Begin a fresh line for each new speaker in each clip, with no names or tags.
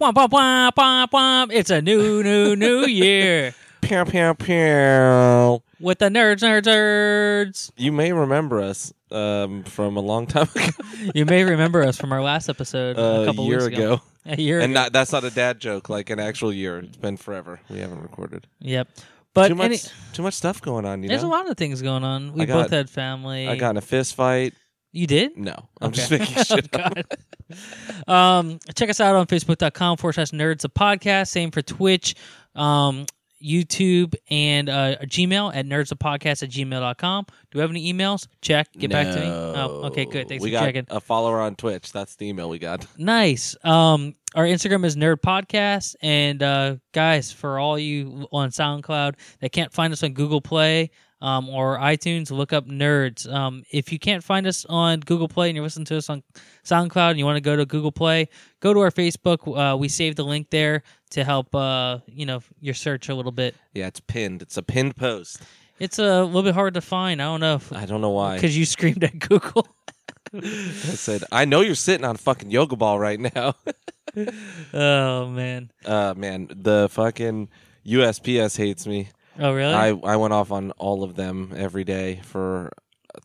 Womp, womp, womp, womp, womp. It's a new, new, new year
Pew, pew, pew.
with the nerds, nerds, nerds.
You may remember us um, from a long time ago,
You may remember us from our last episode
uh,
a couple
year
weeks ago.
ago.
A year
And
ago.
not, that's not a dad joke, like an actual year. It's been forever. We haven't recorded.
yep. But
too much,
any,
too much stuff going on. You
there's
know?
a lot of things going on. We
I got-
both had family.
I got in a fist fight.
you did?
No, I'm
Okay.
just making shit. up.
God. um, check us out on facebook.com forward slash nerds a podcast. Same for Twitch, um, YouTube, and uh, Gmail at nerds a podcast at gmail.com. Do we have any emails? Check. Get back to me. Oh, okay, good. Thanks
we
for
got
checking.
a follower on Twitch. That's the email we got.
Nice. Um, our Instagram is Nerd Podcast, and uh, guys, for all you on SoundCloud that can't find us on Google Play um, or iTunes, look up Nerds. Um, if you can't find us on Google Play and you're listening to us on SoundCloud and you want to go to Google Play, go to our Facebook. Uh, we saved the link there to help uh, you know your search a little bit.
Yeah, it's pinned. It's a pinned post.
It's a little bit hard to find. I don't know
I don't know why.
because you screamed at Google.
I said, I know you're sitting on a fucking yoga ball right now.
oh man.
uh, man, the fucking USPS hates me.
Oh really?
I, I went off on all of them every day for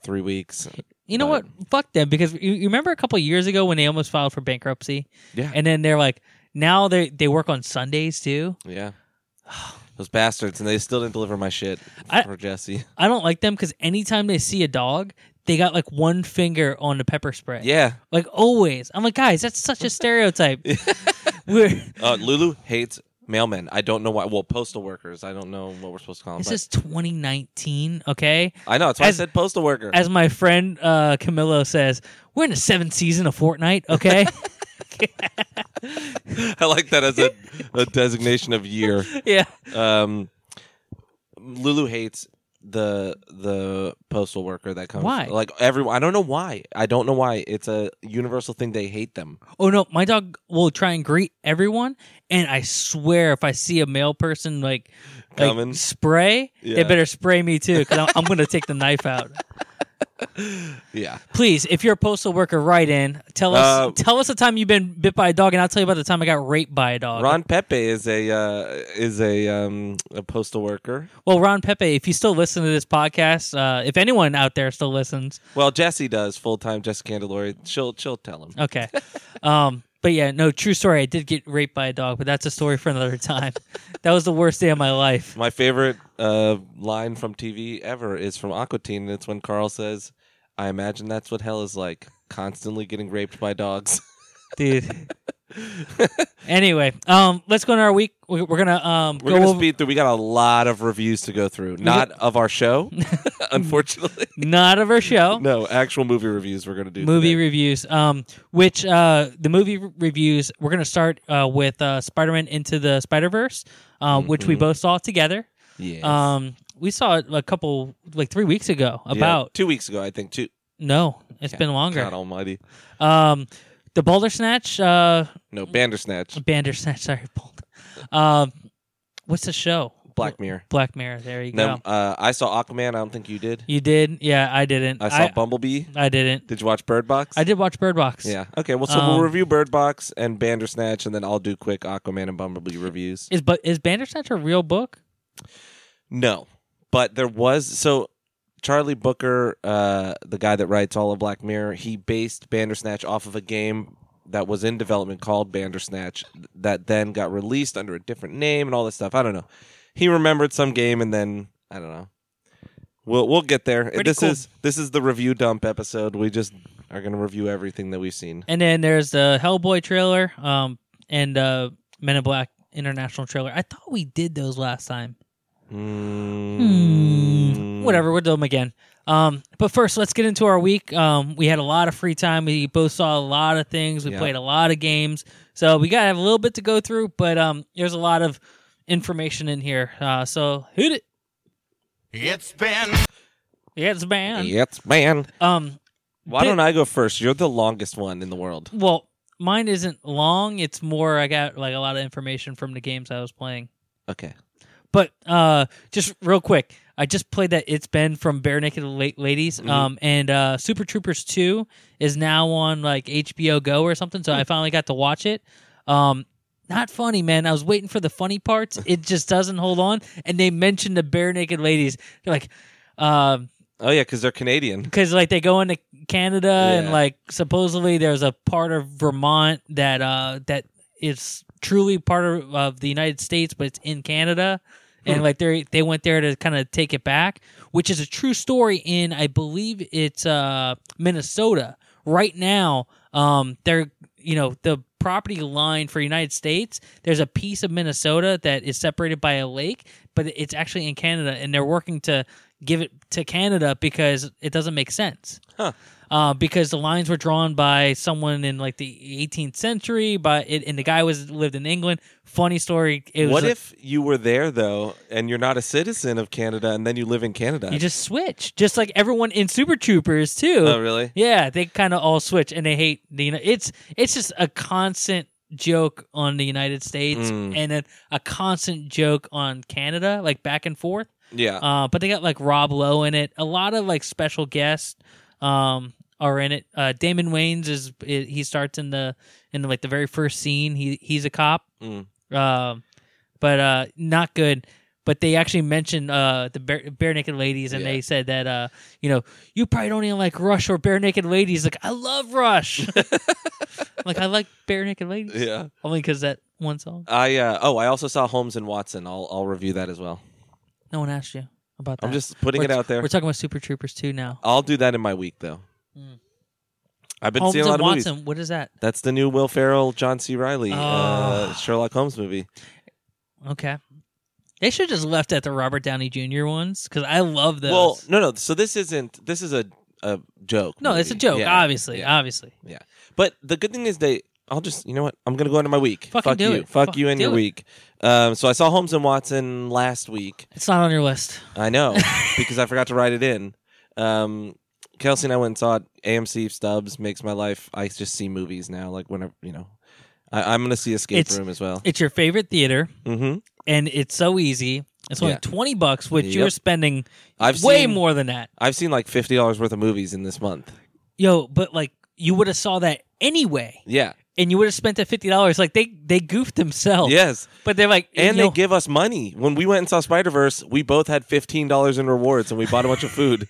three weeks.
You know
But-
what? Fuck them because you, you remember a couple of years ago when they almost filed for bankruptcy,
Yeah.
and then they're like, now they they work on Sundays too.
yeah. Those bastards, and they still didn't deliver my shit
I-
for Jesse.
I don't like them because anytime they see a dog, they got like one finger on the pepper spray.
Yeah.
like always. I'm like, guys, that's such a stereotype. we're
Uh, Lulu hates mailmen. I don't know why. Well, postal workers. I don't know what we're supposed to call them.
this
But
is 2019, okay?
I know. That's why
as-
I said postal worker.
As my friend uh, Camilo says, we're in the seventh season of Fortnite, okay?
I like that as a, a designation of year.
yeah,
Um, Lulu hates the the postal worker that comes.
Why?
Like everyone. I don't know why. I don't know why. It's a universal thing. They hate them.
Oh no, my dog will try and greet everyone, and I swear if I see a male person like, like
Coming?
spray,
Yeah.
they better spray me too because I'm, I'm going to take the knife out.
Yeah.
Please, if you're a postal worker, write in. Tell us
Uh,
tell us the time you've been bit by a dog, and I'll tell you about the time I got raped by a dog.
Ron Pepe is a uh, is a um, a postal worker.
well, Ron Pepe, if you still listen to this podcast, uh, if anyone out there still listens,
Well, Jesse does full time. Jesse Candelori. She'll she'll tell him.
okay. um, but yeah, no, true story. I did get raped by a dog, but that's a story for another time. that was the worst day of my life.
My favorite uh, line from TV ever is from Aquatine, and it's when Carl says, "I imagine that's what hell is like." Constantly getting raped by dogs.
dude. anyway, um, let's go into our week. We- We're gonna um
We're
go
gonna
over
speed through. We got a lot of reviews to go through. Not of our show, unfortunately.
not of our show
No, actual movie reviews. We're gonna do
movie
today.
reviews. Um, which uh the movie re- reviews we're gonna start uh with uh Spider Man into the Spider Verse, uh, which we both saw together.
Mm-hmm. Yes.
Um, we saw it a couple like three weeks ago.
Yeah,
About
two weeks ago, I think. Two.
no, it's been
God
longer.
Almighty.
Um, the Baldersnatch. Uh,
No, Bandersnatch,
Mm. Bandersnatch. Sorry, Boulder. Um, what's the show?
Black Mirror.
Black Mirror. There you go.
No, uh, I saw Aquaman. I don't think you did.
You did? Yeah, I didn't.
I saw Bumblebee.
I didn't.
Did you watch Bird Box?
I did watch Bird Box.
Yeah. Okay. Well, so
Um,
we'll review Bird Box and Bandersnatch, and then I'll do quick Aquaman and Bumblebee reviews.
Is but is Bandersnatch a real book?
No, but there was so Charlie Booker, uh, the guy that writes all of Black Mirror, he based Bandersnatch off of a game that was in development called Bandersnatch that then got released under a different name and all this stuff. I don't know. He remembered some game and then I don't know. We'll we'll get there.
Pretty
this
cool.
is this is the review dump episode. We just are going to review everything that we've seen.
And then there's the Hellboy trailer, um, and uh, Men in Black International trailer. I thought we did those last time.
Mm.
Hmm. Whatever, we'll do them again. Um, but first, let's get into our week. Um, we had a lot of free time. We both saw a lot of things. We
Yeah.
played a lot of games. So we gotta have a little bit to go through, but um, there's a lot of information in here. Uh, so who did?
It's been
Yeah, it's banned.
Yes, man.
Um,
Why don't I go first? You're the longest one in the world.
Well, mine isn't long. It's more I got like a lot of information from the games I was playing.
Okay.
But uh just real quick, I just played that It's Been from Bare Naked La- Ladies. Um and uh Super Troopers 2 is now on like HBO Go or something, so I finally got to watch it. Um not funny, man. I was waiting for the funny parts. It just doesn't hold on. And they mentioned the bare naked ladies. They're like, um,
Oh yeah, because they're Canadian.
because like they go into Canada and
Yeah.
like supposedly there's a part of Vermont that uh that is truly part of, of the United States, but it's in Canada, and like they they went there to kind of take it back, which is a true story in I believe it's uh Minnesota right now. Um, they're you know the property line for United States. There's a piece of Minnesota that is separated by a lake, but it's actually in Canada, and they're working to give it to Canada because it doesn't make sense.
Huh.
Uh, because the lines were drawn by someone in like the 18th century, but it, and the guy was lived in England. Funny story. It was
What
a-
if you were there though, and you're not a citizen of Canada, and then you live in Canada?
you just switch, just like everyone in Super Troopers too?
oh really?
Yeah, they kind of all switch, and they hate the. Uni- It's it's just a constant joke on the United States,
Mm.
and then a constant joke on Canada, like back and forth.
Yeah.
Uh, but they got like Rob Lowe in it. A lot of like special guests um, are in it. Uh, Damon Wayans is i- he starts in the in like the very first scene. He he's a cop,
Mm.
um, but uh, not good. But they actually mentioned uh, the bare, bare naked ladies, and
Yeah.
they said that uh, you know you probably don't even like Rush or bare naked ladies. Like I love Rush. like I like bare naked ladies
yeah.
only because that one song.
I uh, oh, I also saw Holmes and Watson. I'll I'll review that as well.
No one asked you about that.
I'm just putting
we're,
it out there.
We're talking about Super Troopers too now.
I'll do that in my week though.
Mm.
I've been
Holmes
seeing a
and
lot of
Watson.
movies.
What is that?
That's the new Will Ferrell, John C. Riley,
Ah.
uh, Sherlock Holmes movie.
Okay. They should have just left at the Robert Downey Jr. ones because I love those.
Well, no, no. So this isn't. This is a a joke.
no, it's a
movie.
joke, Ah,
Yeah.
obviously,
Yeah.
obviously.
But the good thing is they. I'll just. You know what? I'm gonna go into my week.
Fucking
Fuck
do
you.
it.
Fuck,
Fuck,
you and
do
your
it.
week. Um. So I saw Holmes and Watson last week.
It's not on your list.
I know because I forgot to write it in. Um. Kelsey and I went and saw it. AMC Stubbs makes my life. I just see movies now. Like whenever you know, I, I'm gonna see Escape
It's-
Room as well.
It's your favorite theater,
Mm-hmm.
and it's so easy. It's only
Yeah.
twenty bucks, which
Yep.
you're spending
I've
way
seen,
more than that.
I've seen like fifty dollars worth of movies in this month.
Yo, but like you would have saw that anyway,
Yeah.
and you would have spent that fifty dollars. Like they they goofed themselves.
Yes.
but they're like,
And
Oh. yo,
they give us money. When we went and saw Spider Verse, we both had fifteen dollars in rewards, and we bought a bunch of food.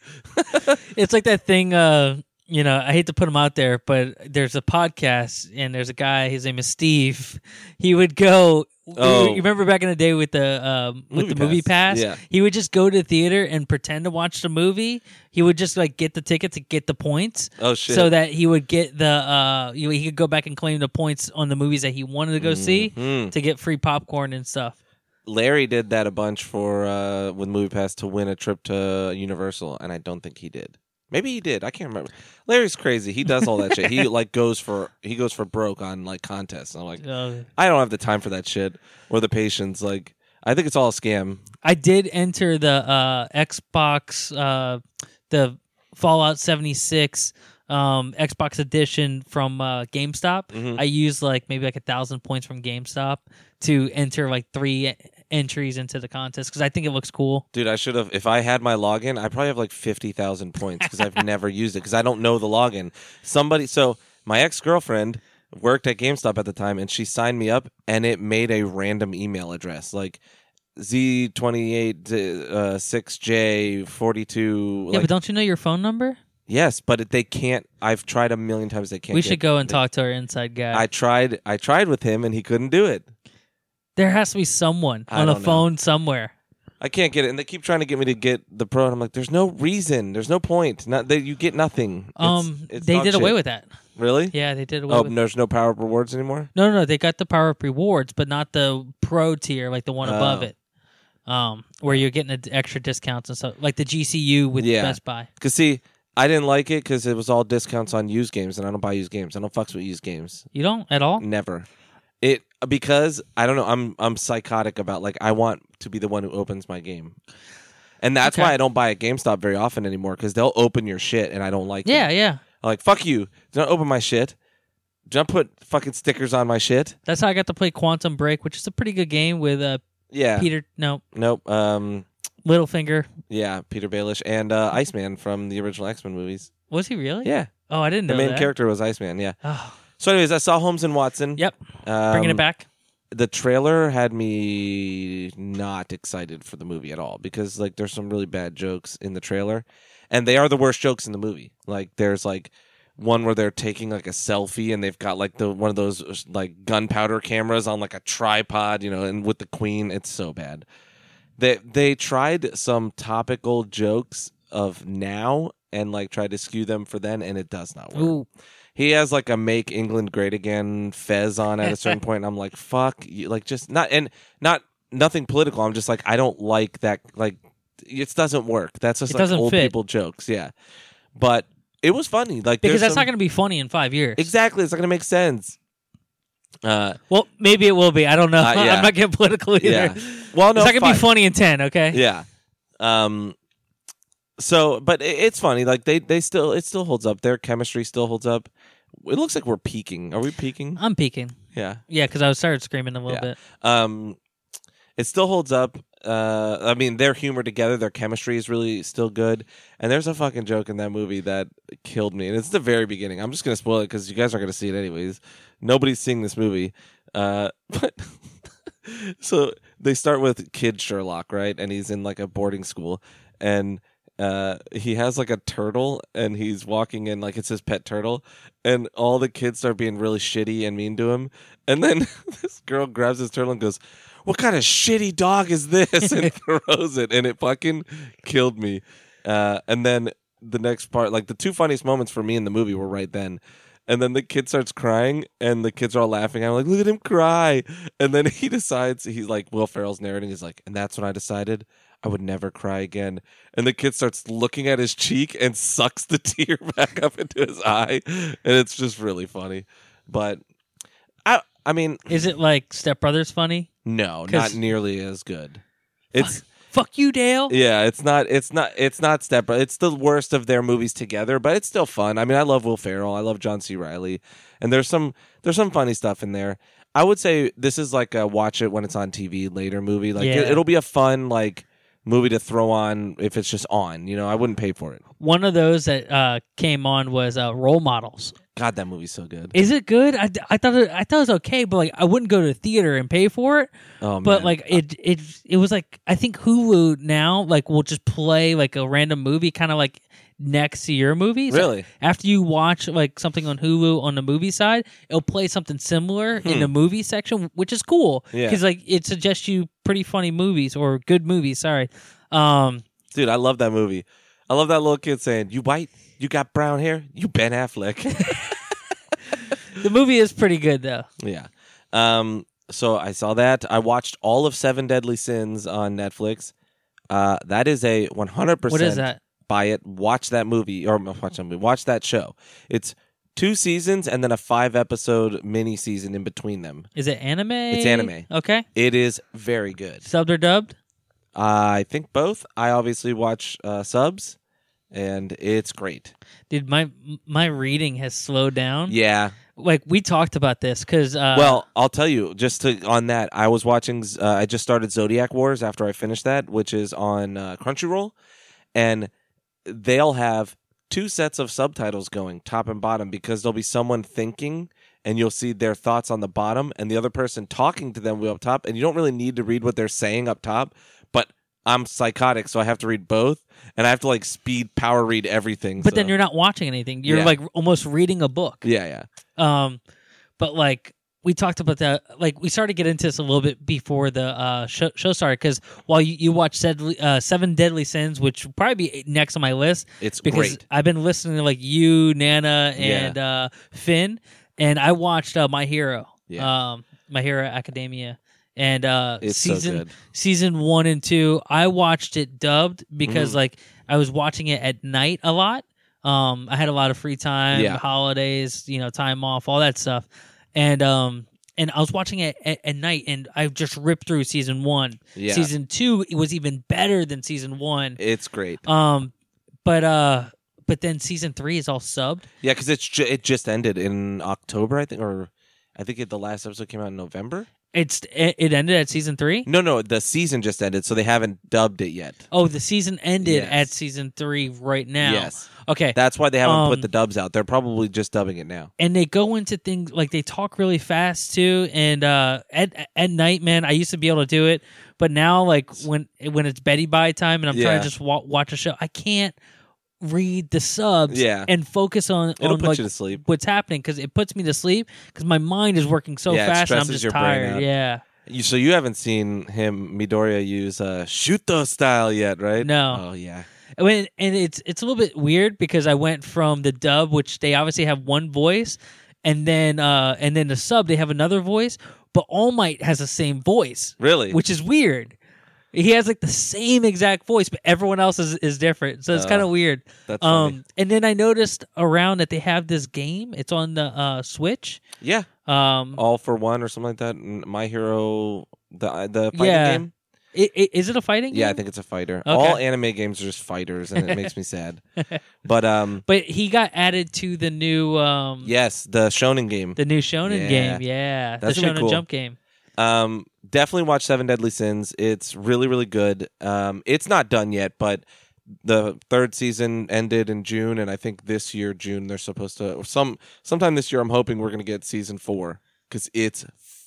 it's like that thing uh you know i hate to put him out there but there's a podcast and there's a guy his name is steve he would go
Oh.
you remember back in the day with the um, with
Movie
the movie pass
pass. Yeah.
he would just go to the theater and pretend to watch the movie he would just like get the ticket to get the points
Oh shit!
so that he would get the uh you know, he could go back and claim the points on the movies that he wanted to go see
Mhm.
to get free popcorn and stuff
Larry did that a bunch for uh, with Movie Pass to win a trip to Universal, and I don't think he did. Maybe he did. I can't remember. Larry's crazy. He does all that shit. He like goes for he goes for broke on like contests. And I'm like,
Uh,
I don't have the time for that shit or the patience. Like, I think it's all a scam.
I did enter the uh, Xbox, uh, the Fallout 76 um, Xbox edition from uh, GameStop.
Mhm.
I used like maybe like a thousand points from GameStop to enter like three e- entries into the contest because I think it looks cool.
Dude, I should have. If I had my login, I probably have like fifty thousand points because I've never used it because I don't know the login. Somebody, so my ex girlfriend worked at GameStop at the time, and she signed me up, and it made a random email address like Z twenty eight uh, six J forty two.
yeah, but don't you know your phone number?
Yes, but it- they can't. I've tried a million times. They can't.
We
get-
should go and
they-
talk to our inside guy.
I tried. I tried with him, and he couldn't do it.
there has to be someone
I
on a
don't know.
phone somewhere.
I can't get it, and they keep trying to get me to get the pro, and I'm like, "There's no reason. There's no point. Not that you get nothing." It's-
Um,
it's
they
dog
did away
shit.
with that.
Really?
Yeah, they did away
Oh,
with.
there's no power up rewards anymore.
No, no, no. They got the power up rewards, but not the pro tier, like the one above
Oh.
it, um, where you're getting a, extra discounts and stuff, like the GCU with
Yeah.
Best Buy.
Cause see, I didn't like it because it was all discounts on used games, and I don't buy used games. I don't fucks with used games.
You don't at all.
Never. It because I don't know. I'm I'm psychotic about like I want to be the one who opens my game, and that's
Okay.
why I don't buy at GameStop very often anymore. Because they'll open your shit, and I don't like.
Yeah,
it.
yeah.
I'm like fuck you. Do not open my shit. Do not put fucking stickers on my shit.
That's how I got to play Quantum Break, which is a pretty good game with uh,
Yeah.
Peter. No,
Nope. Um.
Littlefinger.
Yeah. Peter Baelish and uh, Iceman from the original X Men movies.
Was he really?
Yeah.
Oh, I didn't
The
know
main
that.
character was Iceman, yeah.
Oh,
So, anyways, I saw Holmes and Watson.
yep.
Um,
Bringing it back.
the trailer had me not excited for the movie at all because like there's some really bad jokes in the trailer and they are the worst jokes in the movie like there's like one where they're taking like a selfie and they've got like the one of those uh, like gunpowder cameras on like a tripod you know and with the queen it's so bad they they tried some topical jokes of now and like tried to skew them for then and it does not work
Ooh,
he has like a make England great again fez on at a certain point, and I'm like, fuck, you, like just not and not nothing political. I'm just like, I don't like that. Like, it doesn't work. That's just
It
like
doesn't
old
fit.
people jokes. Yeah, but it was funny. Like
because
there's
that's
some-
not going to be funny in five years.
exactly. It's not gonna make sense. Uh,
Well, maybe it will be. I don't know.
Uh, yeah.
I'm not getting political either.
yeah.
It's
Well, no,
not going to
fine.
be funny in ten. Okay.
Yeah. Um. So, but it, it's funny. Like they they still it still holds up. Their chemistry still holds up. It looks like we're peaking. Are we peaking?
I'm peeking.
Yeah.
Yeah, because I started screaming a little
Yeah.
bit.
Um, it still holds up. Uh, I mean, their humor together, their chemistry is really still good. And there's a fucking joke in that movie that killed me. And it's the very beginning. I'm just gonna spoil it because you guys are gonna see it anyways. Nobody's seeing this movie. Uh, but so they start with Kid Sherlock, right? And he's in like a boarding school, and uh, he has like a turtle, and he's walking in like it's his pet turtle, and all the kids are being really shitty and mean to him, and then this girl grabs his turtle and goes, "What kind of shitty dog is this?" and throws it, and it fucking killed me. Uh, and then the next part, like the two funniest moments for me in the movie were right then. And then the kid starts crying, and the kids are all laughing. I'm like, look at him cry. And then he decides, he's like, Will Ferrell's narrating. He's like, and that's when I decided I would never cry again. And the kid starts looking at his cheek and sucks the tear back up into his eye. And it's just really funny. But I, I mean,
Is it like Step Brothers funny?
no,
'Cause-
not nearly as good. It's
Fuck you, Dale.
yeah, it's not it's not it's not Step Bro- It's the worst of their movies together, but it's still fun. I mean, I love Will Ferrell, I love John C. Riley, and there's some there's some funny stuff in there. I would say this is like a watch it when it's on TV later movie. Like
Yeah.
it, it'll be a fun like movie to throw on if it's just on. You know, I wouldn't pay for it.
One of those that uh, came on was uh, Role Models.
God, that movie's so good.
Is it good? I, I thought it, I thought it was okay, but like I wouldn't go to the theater and pay for it.
oh,
But
man.
like it it it was like I think Hulu now like will just play like a random movie, kind of like next to your movie. So
really,
after you watch like something on Hulu on the movie side, it'll play something similar in
Hmm.
the movie section, which is cool
Yeah.
because like it suggests you pretty funny movies or good movies. Sorry, um,
dude, I love that movie. I love that little kid saying, "You white, you got brown hair, you Ben Affleck."
the movie is pretty good though.
Yeah. Um, so I saw that. I watched all of Seven Deadly Sins on Netflix. Uh, that is a 100%
What is that?
buy it. Watch that movie or watch that movie. Watch that show. It's two seasons and then a five episode mini season in between them.
Is it anime? It's
anime.
Okay,
It is very good.
subbed or dubbed?
I think both. I obviously watch uh, subs and it's great.
Dude, my my reading has slowed down.
Yeah.
Like we talked about this because uh,
Well, I'll tell you just to, on that. I was watching. Uh, I just started Zodiac Wars after I finished that, which is on uh, Crunchyroll, and they'll have two sets of subtitles going top and bottom because there'll be someone thinking and you'll see their thoughts on the bottom and the other person talking to them will be up top and you don't really need to read what they're saying up top but i'm psychotic so i have to read both and i have to like speed power read everything
but then
so-
you're not watching anything. You're
Yeah.
like almost reading a book.
yeah yeah
Um, but like we talked about that, like we started to get into this a little bit before the uh, show, show started because while you, you watch Sedley, uh, Seven Deadly Sins, which will probably be next on my list
it's
because
great
I've been listening to like you, Nana, and uh, Finn, and I watched uh, My Hero,
Yeah.
um, My Hero Academia, and uh,
it's
season
so good
season one and two. I watched it dubbed because
Mm.
like I was watching it at night a lot. Um, I had a lot of free time,
Yeah.
holidays, you know, time off, all that stuff, and um, and I was watching it at, at night, and I just ripped through season one.
yeah
Season two it was even better than season one.
it's great
Um, but uh, but then season three is all subbed.
Yeah, because it's ju- it just ended in October, I think, or I think it, the last episode came out in November.
It's it it ended at season three.
No, no, the season just ended, so they haven't dubbed it yet.
Oh, the season ended
Yes.
at season three right now.
Yes,
Okay.
that's why they haven't
Um,
put the dubs out. They're probably just dubbing it now.
and they go into things like they talk really fast too and uh at at night man i used to be able to do it but now like when when it's betty by time and i'm trying
Yeah.
to just wa- watch a show i can't read the subs
Yeah.
and focus on,
It'll
on,
put
um, like,
you to sleep.
what's happening because it puts me to sleep because my mind is working so
Yeah, it
fast and i'm just
stresses your brain
tired
out.
yeah
You, so you haven't seen him Midoriya use uh, Shuto style yet, right?
No.
Oh yeah.
I mean, and it's it's a little bit weird because I went from the dub, which they obviously have one voice, and then uh, and then the sub they have another voice, but All Might has the same voice,
Really?
which is weird. He has like the same exact voice, but everyone else is, is different, so it's
Oh,
kind of weird.
That's funny.
Um, and then I noticed around that they have this game. It's on the uh, Switch.
yeah.
Um,
All for one or something like that. and My hero, the uh, the fighting
Yeah.
game.
i- i- is it a fighting?
Yeah, I
game?
think it's a fighter.
Okay.
All anime games are just fighters, and it makes me sad. But um,
But he got added to the new um,
yes, the Shonen game.
the new Shonen
Yeah.
game. Yeah, the
That's gonna
Shonen
be cool.
Jump game.
Um, definitely watch Seven Deadly Sins. It's really, really good. Um, it's not done yet, but the third season ended in June, and I think this year June they're supposed to or some sometime this year. I'm hoping we're gonna get season four because it's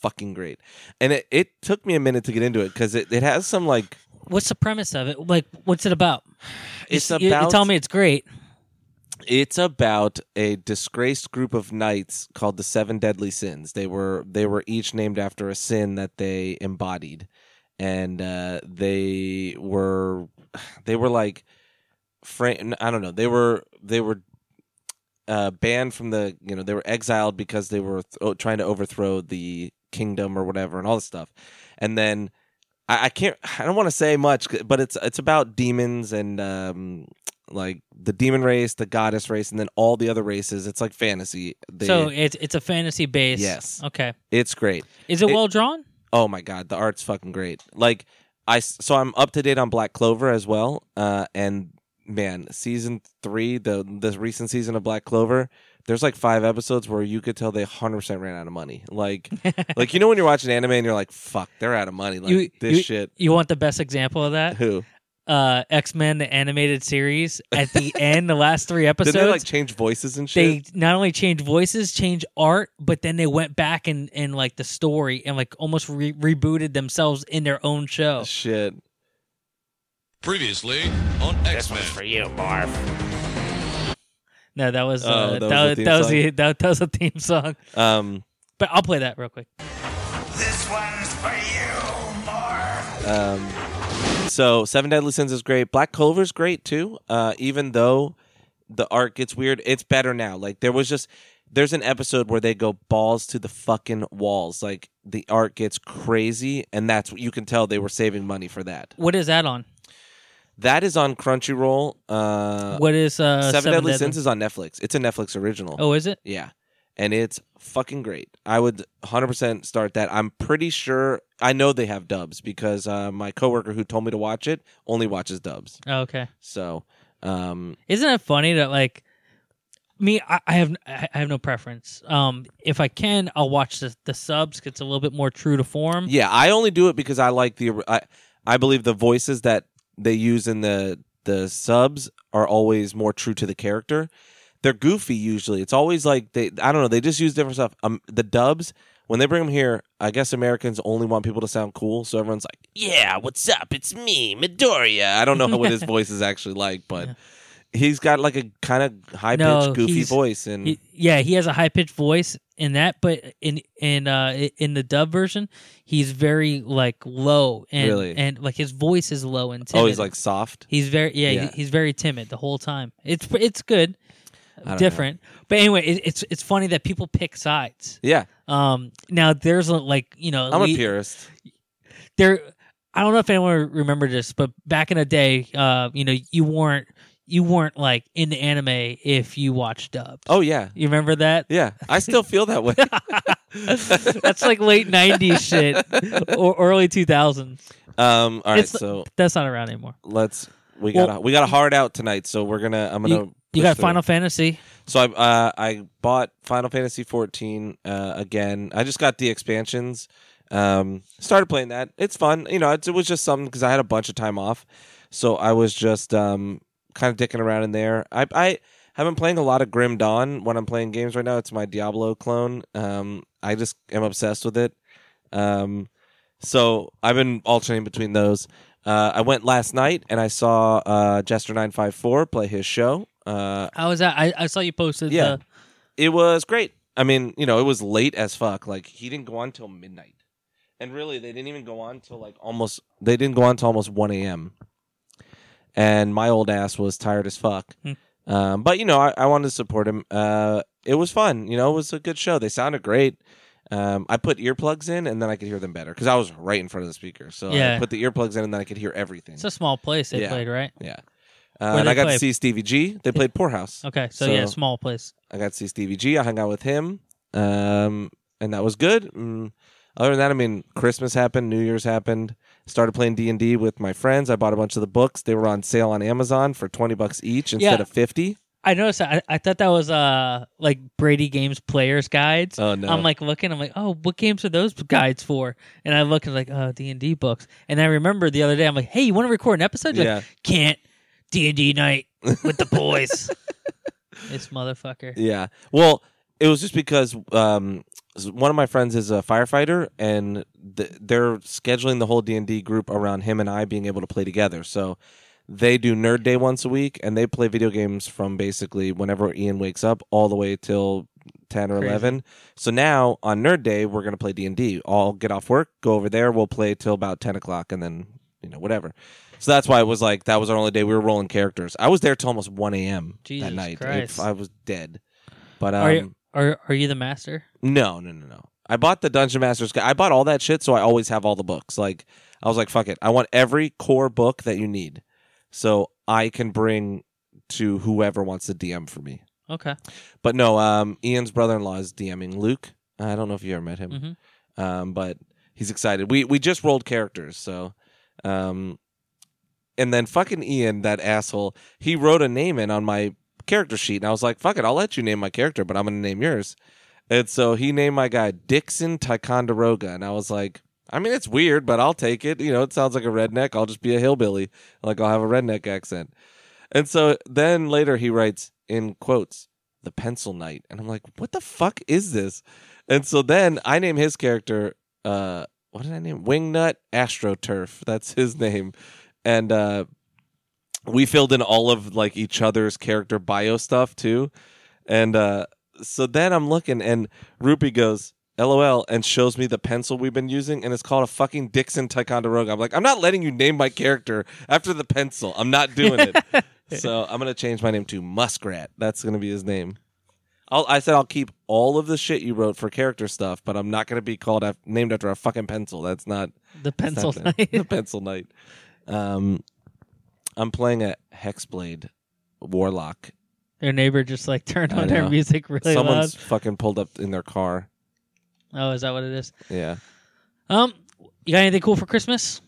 fucking great. And it, it took me a minute to get into it because it, it has some like
What's the premise of it? Like, what's it about?
it's
you,
about
you- You tell me it's great.
it's about a disgraced group of knights called the seven deadly sins they were they were each named after a sin that they embodied and uh, they were they were like fra- i don't know they were they were uh, banned from the you know they were exiled because they were th- oh, trying to overthrow the kingdom or whatever and all this stuff and then i, I can't i don't want to say much but it's it's about demons and um like the demon race the goddess race and then all the other races it's like fantasy they,
so it's it's a fantasy base.
Yes.
Okay.
it's great
Is it,
It-
well drawn?
oh my god the art's fucking great like i s- so i'm up to date on black clover as well uh and man season three the the recent season of black clover there's like five episodes where you could tell they 100% ran out of money like like you know when you're watching anime and you're like fuck they're out of money like
You-
this
you-
shit
You want the best example of that?
who
Uh, X Men the animated series. At the end, the last three
did they like
episodes,
change voices and
they,
shit
not only changed voices, changed art, but then they went back and and like the story and like almost re- rebooted themselves in their own show.
shit
Previously on X Men.
No, that was
Oh,
uh,
that
that,
was
was that
the theme
was
song?
the, that, that was a theme song.
um
But I'll play that real quick.
This one's for you, Marv.
Um, so Seven Deadly Sins is great. Black Clover's great too. Uh, even though the art gets weird, it's better now. Like there was just there's an episode where they go balls to the fucking walls. Like the art gets crazy, and that's you can tell they were saving money for that.
What is that on?
That is on Crunchyroll. Uh,
what is uh,
Seven, Deadly, Sins is on Netflix. It's a Netflix original.
Oh, is it?
Yeah. And it's fucking great. I would 100% start that. I'm pretty sure I know they have dubs because uh, my coworker who told me to watch it only watches dubs.
Oh, okay.
So, um,
Isn't it funny that like me? I, I have I I have no preference. Um, if I can, I'll watch the the subs. 'cause It's a little bit more true to form.
yeah, I only do it because I like the I I believe the voices that they use in the the subs are always more true to the character. They're goofy usually. It's always like they I don't know, they just use different stuff. Um, the dubs when they bring them here, I guess Americans only want people to sound cool, so everyone's like, "Yeah, what's up? It's me, Midoriya." I don't know what his voice is actually like, but he's got like a kind of high pitched,
No,
goofy
he's-
voice, and
He, yeah, he has a high pitched voice in that, but in in uh i- in the dub version, he's very like low and
Really?
and like his voice is low and timid.
oh, he's like soft.
he's very yeah,
Yeah.
he- he's very timid the whole time. It's it's good,
don't know.
different. But anyway, it, it's it's funny that people pick sides.
Yeah,
Um, now there's a, like you know
I'm a
elite-
purist.
there I don't know if anyone remember this, but back in the day, uh, you know, you weren't you weren't like in the anime if you watched dubs.
Oh yeah,
You remember that?
Yeah, I still feel that way.
That's like late '90s shit or early 2000s.
um, all right,
It's-
so
That's not around anymore.
let's we
Well-
got to we got a hard out tonight, so we're gonna I'm gonna
You, you
push
got
through.
Final Fantasy.
So I uh, I bought Final Fantasy 14 uh, again. I just got the expansions. Um, started playing that. It's fun. You know, it, it was just something because I had a bunch of time off, so I was just um, kind of dicking around in there. I, I have been playing a lot of Grim Dawn when I'm playing games right now. It's my Diablo clone. Um, I just am obsessed with it. Um, so I've been alternating between those. Uh, I went last night and I saw uh, Jester nine five four play his show. Uh,
How was that? I, I saw you posted.
Yeah.
The,
it was great. I mean, you know, it was late as fuck. Like he didn't go on till midnight, and really, they didn't even go on till like almost. They didn't go on till almost one a.m. And my old ass was tired as fuck.
Hmm.
Um, but you know, I, I wanted to support him. Uh, it was fun. You know, it was a good show. They sounded great. Um, I put earplugs in, and then I could hear them better because I was right in front of the speaker. So I
Yeah.
put the earplugs in, and then I could hear everything.
it's a small place they
Yeah.
played, right?
yeah. Uh,
Where'd
and I
they
got
play?
to see Stevie G. They played Poorhouse.
Okay, so,
So-
yeah, small place.
I got to see Stevie G. I hung out with him, um, and that was good. Mm, other than that, I mean, Christmas happened, New Year's happened. Started playing D and D with my friends. I bought a bunch of the books. They were on sale on Amazon for twenty bucks each instead
Yeah.
of fifty.
I noticed. that. I, I thought that was uh like Brady Games players guides.
Oh no!
I'm like looking. I'm like, oh, what games are those guides for? And I look and like, oh, D and D books. And I remember the other day, I'm like, hey, you want to record an episode? You're
yeah,
Like, Can't D and D night with the boys. this motherfucker.
yeah. Well, it was just because um, s- one of my friends is a firefighter, and th- they're scheduling the whole D and D group around him and I being able to play together. So they do nerd day once a week and they play video games from basically whenever ian wakes up all the way till 10 or
Crazy.
11 so now on nerd day we're going to play d&d i'll get off work go over there we'll play till about 10 o'clock and then you know whatever so that's why it was like that was our only day we were rolling characters i was there till almost 1 a.m
Jesus
that night
Christ.
i was dead but
Are you-
um,
Are are you the master?
no, no, no, no. I bought the Dungeon Master's Guide. I bought all that shit, so I always have all the books. Like, I was like, fuck it. I want every core book that you need, so I can bring to whoever wants to DM for me.
Okay.
But no, um, Ian's brother-in-law is DMing Luke. I don't know if you ever met him,
Mhm.
um, but he's excited. We we just rolled characters, so, um, and then fucking Ian, that asshole, he wrote a name in on my character sheet, and I was like, fuck it, I'll let you name my character, but I'm gonna name yours. And so he named my guy Dixon Ticonderoga, and I was like. I mean, it's weird, but I'll take it. You know, it sounds like a redneck. I'll just be a hillbilly. Like, I'll have a redneck accent. And so then later he writes in quotes, the pencil knight. And I'm like, what the fuck is this? And so then I name his character, uh, what did I name? Wingnut AstroTurf. That's his name. And uh, we filled in all of like each other's character bio stuff too. And uh, so then I'm looking and Rupi goes, LOL, and shows me the pencil we've been using, and it's called a fucking Dixon Ticonderoga. I'm like, I'm not letting you name my character after the pencil. I'm not doing it. so I'm gonna change my name to Muskrat. That's gonna be his name. I'll, I said I'll keep all of the shit you wrote for character stuff, but I'm not gonna be called af- named after a fucking pencil. That's not
The
that's
pencil
not the-
knight.
the pencil knight. Um, I'm playing a hexblade warlock.
Their neighbor just like turned
I
on their
know.
music really
Someone's fucking pulled up in their car.
loud. Oh, is that what it is?
Yeah,
Um, you got anything cool for Christmas?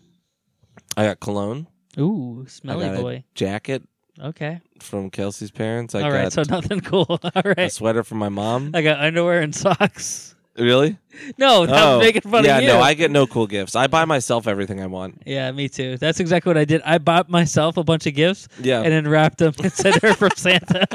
I got cologne.
Ooh, smelly
I got
boy.
a jacket
Okay.
from Kelsey's parents. I
All
got
right, so nothing cool. All
uh, a
right.
sweater from my mom.
I got underwear and socks.
really?
No, I'm making fun
Oh, yeah,
of you.
no, I get no cool gifts. I buy myself everything I want.
Yeah, me too. That's exactly what I did. I bought myself a bunch of gifts
Yeah.
and then wrapped them and sent her from Santa.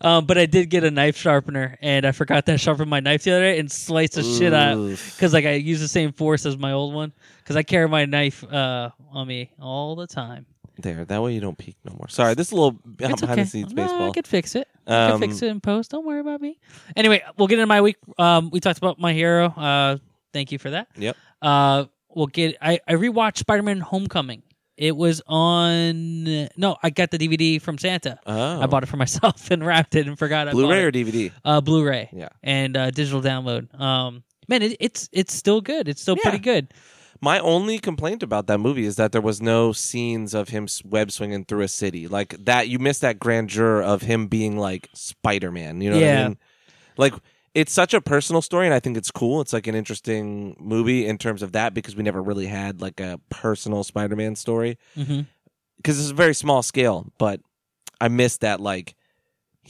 um, but I did get a knife sharpener, and I forgot to sharpen my knife the other day and sliced the shit out
Oof.
because like I use the same force as my old one because I carry my knife uh, on me all the time.
There, that way you don't peek no more. Sorry, this is a little behind
It's okay.
the scenes
No,
baseball.
I could fix it. I
Um,
could fix it in post. Don't worry about me. Anyway, we'll get into my week. Um, we talked about my hero. Uh, thank you for that.
Yep.
Uh, we'll get. I I rewatched Spider Man Homecoming. It was on. No, I got the DVD from Santa.
Oh.
I bought it for myself and wrapped it and forgot. I bought it
Blu-ray or DVD?
uh, Blu-ray,
Yeah.
and uh, digital download. Um, man, it, it's it's still good. It's still
Yeah.
pretty good.
My only complaint about that movie is that there was no scenes of him s- web swinging through a city like that. You missed that grandeur of him being like Spider Man. You know what I
Yeah.
mean? Like it's such a personal story, and I think it's cool. It's like an interesting movie in terms of that because we never really had like a personal Spider Man story
Mhm.
because it's a very small scale. But I missed that like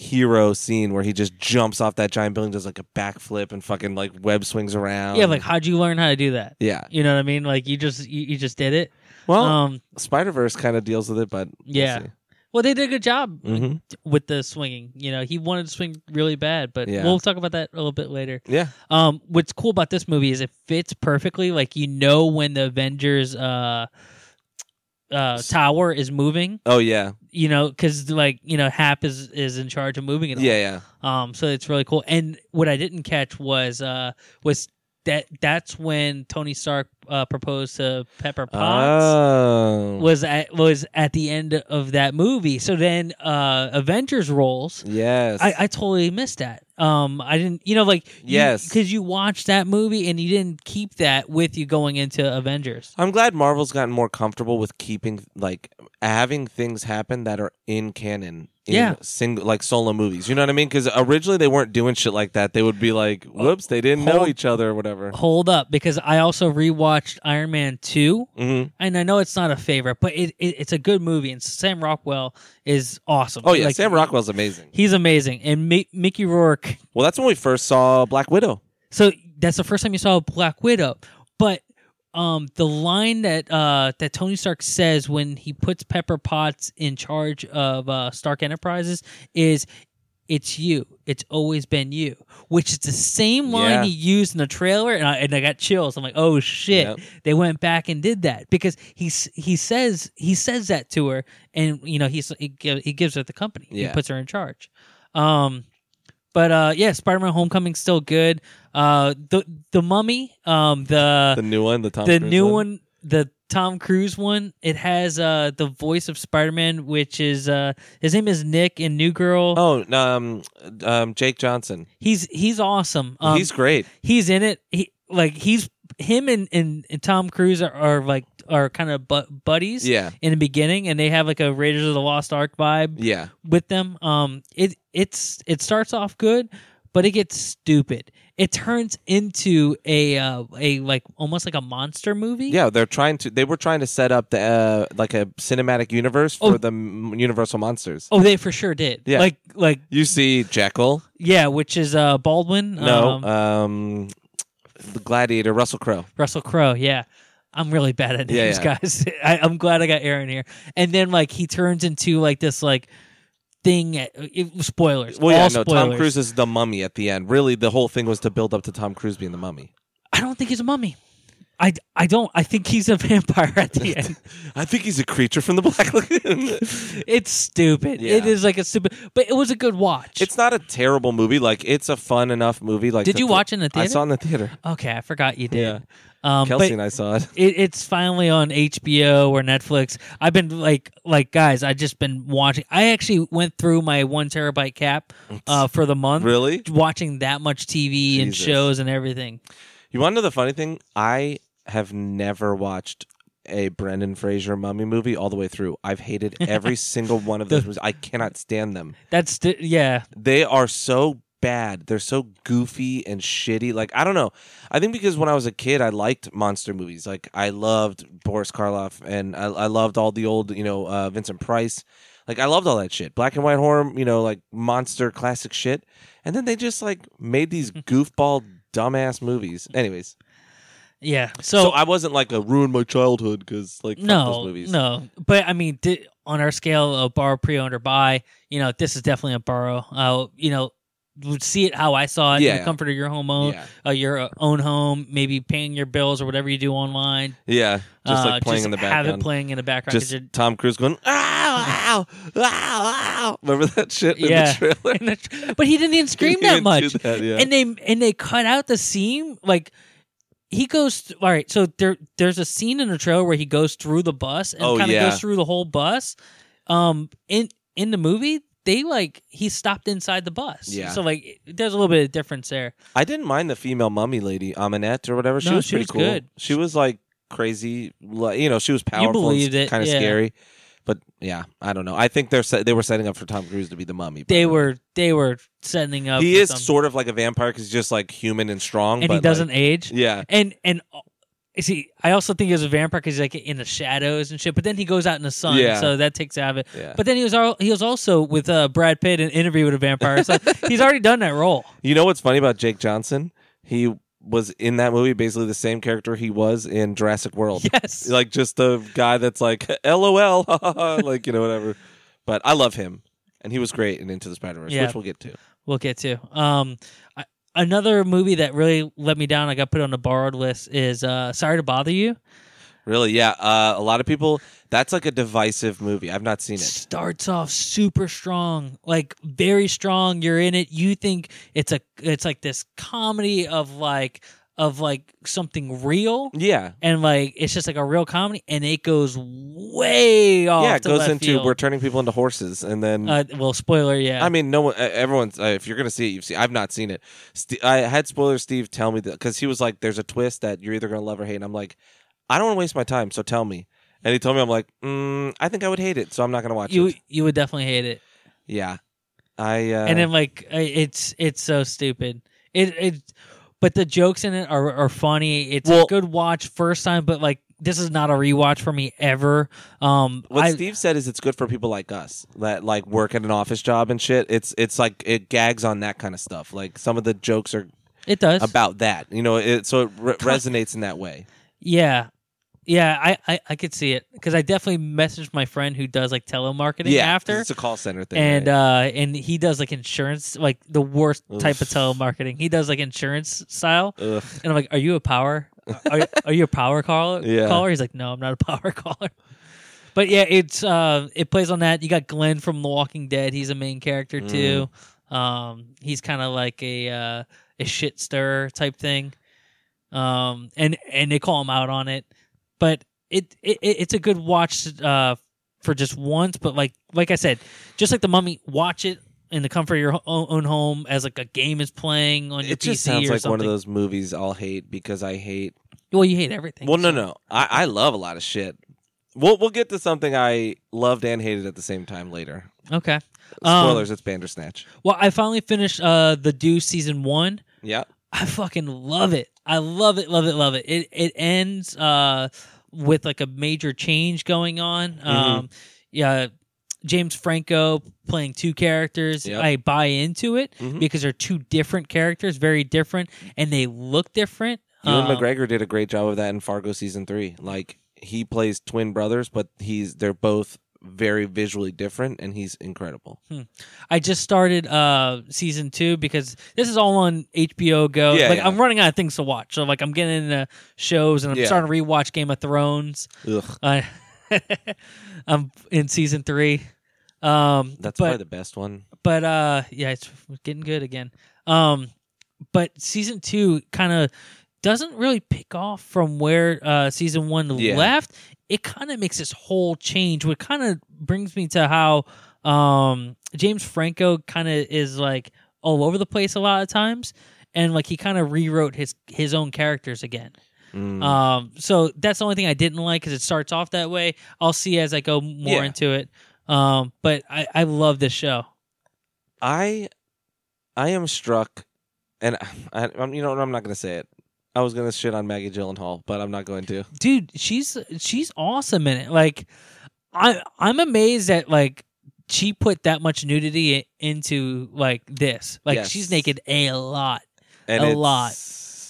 hero scene where he just jumps off that giant building, does like a backflip and fucking like web swings around.
yeah, like how'd you learn how to do that?
yeah.
You know what I mean? Like you just you, you just did it.
Well,
um,
Spider Verse kind of deals with it, but
yeah. Well, they did a good job
hmm
with the swinging. You know, he wanted to swing really bad, but
Yeah.
we'll talk about that a little bit later.
yeah,
Um, what's cool about this movie is it fits perfectly. Like you know when the Avengers uh uh tower is moving,
oh yeah,
you know, because like you know Hap is is in charge of moving it. all.
yeah, yeah.
Um, so it's really cool. And what I didn't catch was uh was that that's when Tony Stark uh, proposed to Pepper Potts
Oh,
was at was at the end of that movie. So then uh Avengers rolls.
yes.
I, I totally missed that. Um, I didn't, you know, like
Yes.
because you watched that movie and you didn't keep that with you going into Avengers.
I'm glad Marvel's gotten more comfortable with keeping like having things happen that are in canon. In
Yeah.
single like solo movies. You know what I mean? Because originally they weren't doing shit like that. They would be like, "Whoops, they didn't know
Hold-
each other or whatever."
Hold up, because I also rewatched Iron Man two,
hmm
and I know it's not a favorite, but it, it it's a good movie, and Sam Rockwell is awesome.
Oh yeah,
Like,
Sam Rockwell's amazing.
he's amazing, and Mi- Mickey Rourke.
Well, that's when we first saw Black Widow.
So that's the first time you saw Black Widow, but. Um, the line that uh, that Tony Stark says when he puts Pepper Potts in charge of uh, Stark Enterprises is, "It's you. It's always been you," which is the same line
Yeah.
he used in the trailer, and I, and I got chills. I'm like, "Oh shit!"
Yep.
They went back and did that because he s- he says he says that to her, and you know he's he, gi- he gives her the company. He
Yeah.
puts her in charge. Um, but uh, yeah, Spider-Man: Homecoming's still good. Uh, the the Mummy, um,
The
the
new one, the Tom.
the
Cruise
new one. the Tom Cruise one. It has uh the voice of Spider-Man, which is uh his name is Nick in New Girl.
Oh, um, um, Jake Johnson.
He's he's awesome. Um,
He's great.
he's in it. He like he's him and and, and Tom Cruise are, are like are kind of bu- buddies.
Yeah,
In the beginning, and they have like a Raiders of the Lost Ark vibe.
yeah.
with them. Um, it it's it starts off good, but it gets stupid. It turns into a uh, a like almost like a monster movie.
Yeah, they're trying to. They were trying to set up the uh, like a cinematic universe for
Oh.
the m- Universal monsters.
Oh, they for sure did.
Yeah.
Like like
You see Jekyll.
yeah, which is uh Baldwin.
No,
Um,
um, the Gladiator, Russell Crowe.
Russell Crowe. Yeah. I'm really bad at
Yeah,
names,
yeah.
guys. I, I'm glad I got Aaron here. And then like he turns into like this like thing. At, it, spoilers.
Well, yeah,
all
no.
spoilers.
Tom Cruise is the mummy at the end. Really, the whole thing was to build up to Tom Cruise being the mummy.
I don't think he's a mummy. I, I don't. I think he's a vampire at the end.
I think he's a creature from the Black Lagoon.
It's stupid.
Yeah.
It is like a stupid, but it was a good watch.
it's not a terrible movie. Like it's a fun enough movie. Like
Did
to-
you
to-
watch it in the
I
theater?
saw it in the theater.
okay. I forgot you did.
Yeah.
Um,
Kelsey
but
and I saw it.
it, it's finally on HBO or Netflix. I've been like, like guys, I just been watching. I actually went through my one terabyte cap uh, for the month.
Really?
Watching that much TV and
Jesus.
shows and everything.
You want to know the funny thing? I have never watched a Brendan Fraser mummy movie all the way through. I've hated every single one of those movies. I cannot stand them.
That's the- yeah.
They are so bad. They're so goofy and shitty. Like I don't know. I think because when I was a kid, I liked monster movies. Like I loved Boris Karloff and I, I loved all the old, you know, uh, Vincent Price. Like I loved all that shit, black and white horror, you know, like monster classic shit. And then they just like made these goofball, dumbass movies. Anyways.
Yeah. So,
So, I wasn't like a ruined my childhood because like fuck those
no,
movies.
no. But I mean, di- on our scale of borrow, pre-owned, or buy, you know, this is definitely a borrow. Uh, you know, would see it how I saw it in
Yeah.
the comfort of your home, own,
Yeah,
uh, your uh, own home, maybe paying your bills or whatever you do online.
yeah, just
Uh,
like playing
just
in the
have
background.
it playing in the background. 'cause
just
you're-
Tom Cruise going ow ow ow ow. Remember that shit in
Yeah.
the trailer?
and that's- but he didn't even scream
He
that
didn't do
much.
that, yeah.
And they and they cut out the scene like. He goes th- all right. So there, there's a scene in the trailer where he goes through the bus and
Oh,
kind of
yeah.
goes through the whole bus. Um, in in the movie, they like he stopped inside the bus.
Yeah.
So like, there's a little bit of difference there.
I didn't mind the female mummy lady Aminette or whatever. she
No,
was
she
pretty
was
cool.
good.
She was like crazy. like, You know, she was powerful.
believed it,
Kind of
yeah.
scary. But yeah, I don't know. I think they're set, they were setting up for Tom Cruise to be the mummy. but-
They were they were setting up.
He
for
is
some-
sort of like a vampire because he's just like human and strong,
and
but
he doesn't
Like,
age.
yeah,
And and see, I also think he was a vampire because he's like in the shadows and shit. But then he goes out in the sun,
Yeah.
so that takes out of it.
Yeah.
But then he was al- he was also with uh, Brad Pitt in Interview with a Vampire, so he's already done that role.
You know what's funny about Jake Johnson? He was in that movie basically the same character he was in Jurassic World.
Yes.
Like just the guy that's like LOL, like you know whatever. But I love him, and he was great in Into the Spider Verse,
Yeah.
which we'll get to.
we'll get to. Um, I, another movie that really let me down, I got put on the borrowed list, is uh, Sorry to Bother You.
Really, yeah. Uh, a lot of people. That's like a divisive movie. I've not seen it.
Starts off super strong, like very strong. You're in it. You think it's a it's like this comedy of like of like something real.
Yeah,
And like it's just like a real comedy, and it goes way off.
yeah. It
to
goes
left
into
field.
we're turning people into horses, and then
Uh, well, spoiler, yeah.
I mean, no one. uh, Everyone's. Uh, if you're gonna see it, you've seen. I've not seen it. Ste I had spoiler Steve tell me that because he was like, "There's a twist that you're either gonna love or hate." And I'm like, I don't want to waste my time, so tell me. And he told me, I'm like, mm, I think I would hate it, so I'm not gonna watch
you
it.
you would definitely hate it.
Yeah, I. Uh,
and then like I- it's it's so stupid. It it, but the jokes in it are are funny. It's
Well-
a good watch first time, but like this is not a rewatch for me ever. Um,
what
I,
Steve said is it's good for people like us that like work at an office job and shit. It's it's like it gags on that kind of stuff. Like some of the jokes are
it does
about that, you know. It, so it re- resonates in that way.
yeah. Yeah, I, I, I could see it because I definitely messaged my friend who does like telemarketing
Yeah, 'cause
after,
it's a call center thing,
and
right?
uh, and he does like insurance, like the worst type of
Oof.
telemarketing. He does like insurance style,
Ugh.
and I'm like, "Are you a power? Are, are you a power caller?
Yeah.
Caller? He's like, "No, I'm not a power caller." But yeah, it's uh, it plays on that. You got Glenn from The Walking Dead. He's a main character
Mm.
too. Um, he's kind of like a uh, a shit stirrer type thing. Um, and and they call him out on it, but it, it it- it's a good watch uh for just once. But like like I said, just like the Mummy, watch it. In the comfort of your ho- own home, as like a game is playing on your
it
PC
just
or
sounds like
something.
one of those movies I'll hate because I hate.
Well, you hate everything.
Well, no,
so-
no, I, I love a lot of shit. We'll we'll get to something I loved and hated at the same time later.
Okay. Um,
Spoilers, it's Bandersnatch.
Well, I finally finished uh The Do season one.
Yeah,
I fucking love it. I love it, love it, love it. It it ends uh with like a major change going on.
Mm-hmm.
Um yeah. James Franco playing two characters.
Yep.
I buy into it
Mhm.
because they're two different characters, very different, and they look different. Um,
Ewan McGregor did a great job of that in Fargo season three. Like he plays twin brothers, but he's they're both very visually different, and he's incredible.
I just started uh season two because this is all on HBO Go.
Yeah,
like
yeah.
I'm running out of things to watch, so like I'm getting into shows and I'm
Yeah.
starting to rewatch Game of Thrones.
Ugh,
I I'm in season three. Um,
that's
but
probably the best one.
but uh, yeah, it's getting good again. Um, but season two kind of doesn't really pick off from where uh season one
Yeah.
left. It kind of makes this whole change, which kind of brings me to how um James Franco kind of is like all over the place a lot of times, and like he kind of rewrote his his own characters again.
Mm.
Um, so that's the only thing I didn't like because it starts off that way. I'll see as I go more
Yeah.
into it. Um, but I, I love this show.
I I am struck, and I, I'm you know what, I'm not gonna say it. I was gonna shit on Maggie Gyllenhaal, but I'm not going to.
dude she's she's awesome in it like i i'm amazed that like she put that much nudity i- into like this like
Yes.
she's naked a lot
And
A
it's-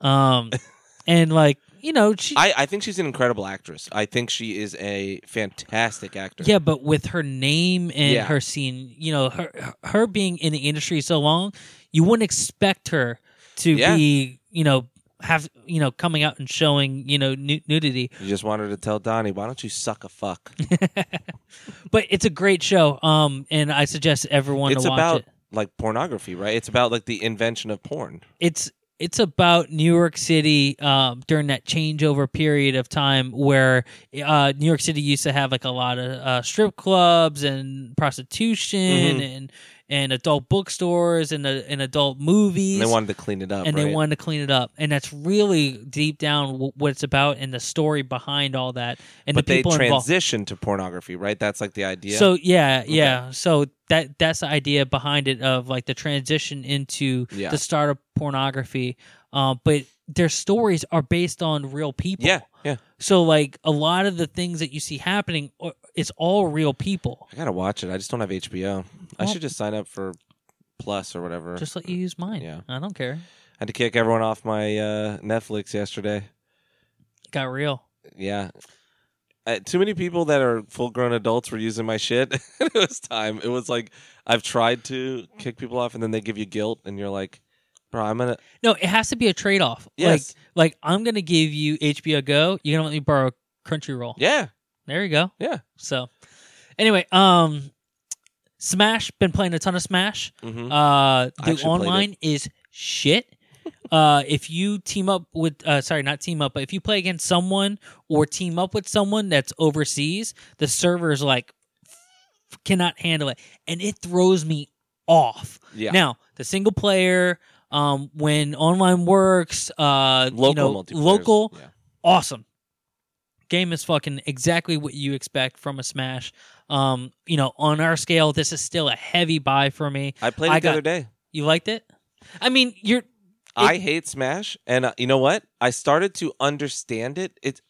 um and like you know she
I, I think she's an incredible actress. I think she is a fantastic actor.
yeah but with her name and
Yeah.
her scene you know her her being in the industry so long you wouldn't expect her to
Yeah.
be you know have you know coming out and showing you know nu- nudity
You just wanted to tell Donnie, why don't you suck a fuck?
but it's a great show um and i suggest everyone
it's
to watch
about
it
like pornography, right? It's about like the invention of porn.
it's it's about New York City um, during that changeover period of time where uh, New York City used to have like a lot of uh, strip clubs and prostitution
Mhm.
and and adult bookstores and, uh, and adult movies
And they wanted to clean it up,
and
right?
they wanted to clean it up and that's really deep down w- what it's about and the story behind all that and
but
the
they
people involved.
transitioned to pornography, right? That's like the idea.
So yeah, yeah. So that that's the idea behind it of like the transition into
Yeah.
the start of pornography. Um, but their stories are based on real people.
Yeah, yeah.
So like a lot of the things that you see happening, uh, it's all real people.
I gotta watch it. I just don't have HBO. I
Well-
should just sign up for Plus or whatever.
Just let you use mine.
Yeah.
I don't care.
I had to kick everyone off my uh, Netflix yesterday.
Got real.
Yeah. Uh, too many people that are full grown adults were using my shit. it was time. It was like I've tried to kick people off, and then they give you guilt, and you're like, "Bro, I'm gonna."
No, it has to be a trade off.
Yes.
Like like I'm gonna give you HBO Go. You're gonna let me borrow Crunchyroll.
yeah.
There you go.
Yeah.
So anyway, um Smash, been playing a ton of Smash.
hmm
Uh
I
the
actually played
online is shit. Uh, if you team up with, uh, sorry, not team up, but if you play against someone or team up with someone that's overseas, the server is like f- cannot handle it, and it throws me off.
yeah.
Now, the single player, um, when online works, uh,
local
you know,
multiplayers.
local,
Yeah.
awesome. Game is fucking exactly what you expect from a Smash. Um, you know, on our scale, this is still a heavy buy for me.
I played it
I
the
got-
other day.
You liked it? I mean, you're
I hate Smash, and uh, you know what? I started to understand it. It's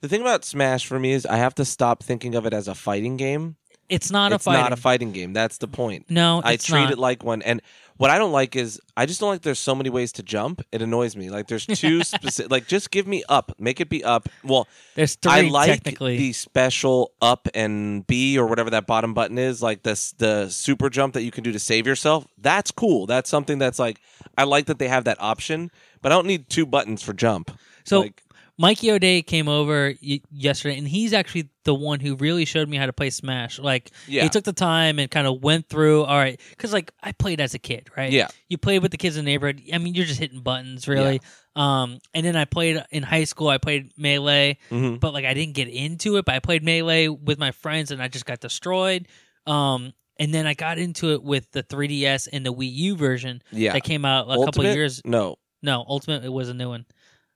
the thing about Smash for me is I have to stop thinking of it as a fighting game.
it's not
it's
a fight.
not a fighting game. That's the point.
No,
I
it's
treat
not.
it like one. And what I don't like is I just don't like there's so many ways to jump. It annoys me. Like there's two specific. Like just give me up. Make it be up. Well,
There's three
I like
technically.
the special up and B or whatever that bottom button is, like this the super jump that you can do to save yourself. That's cool. That's something that's like I like that they have that option, but I don't need two buttons for jump.
So
like,
Mikey O'Day came over y- yesterday, and he's actually the one who really showed me how to play Smash. Like,
Yeah.
he took the time and kind of went through. All right, because like I played as a kid, right?
Yeah.
you played with the kids in the neighborhood. I mean, you're just hitting buttons, really. Um, and then I played in high school. I played melee,
mhm.
but like I didn't get into it. But I played melee with my friends, and I just got destroyed. Um, and then I got into it with the 3DS and the Wii U version
yeah,
that came out a couple
Ultimate?
of years.
No,
No, Ultimate it was a new one.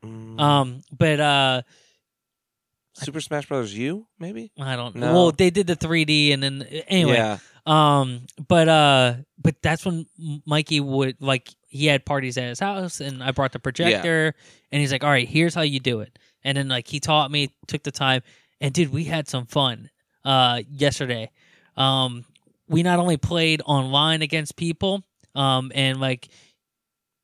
Mm,
Um, but uh,
Super Smash Brothers U maybe.
I don't know.
No.
Well, they did the 3D, and then anyway,
yeah,
um, but uh, but that's when Mikey would like he had parties at his house, and I brought the projector, and he's like, "All right, here's how you do it," and then like he taught me, took the time, and dude, we had some fun uh yesterday. Um, we not only played online against people, um, and like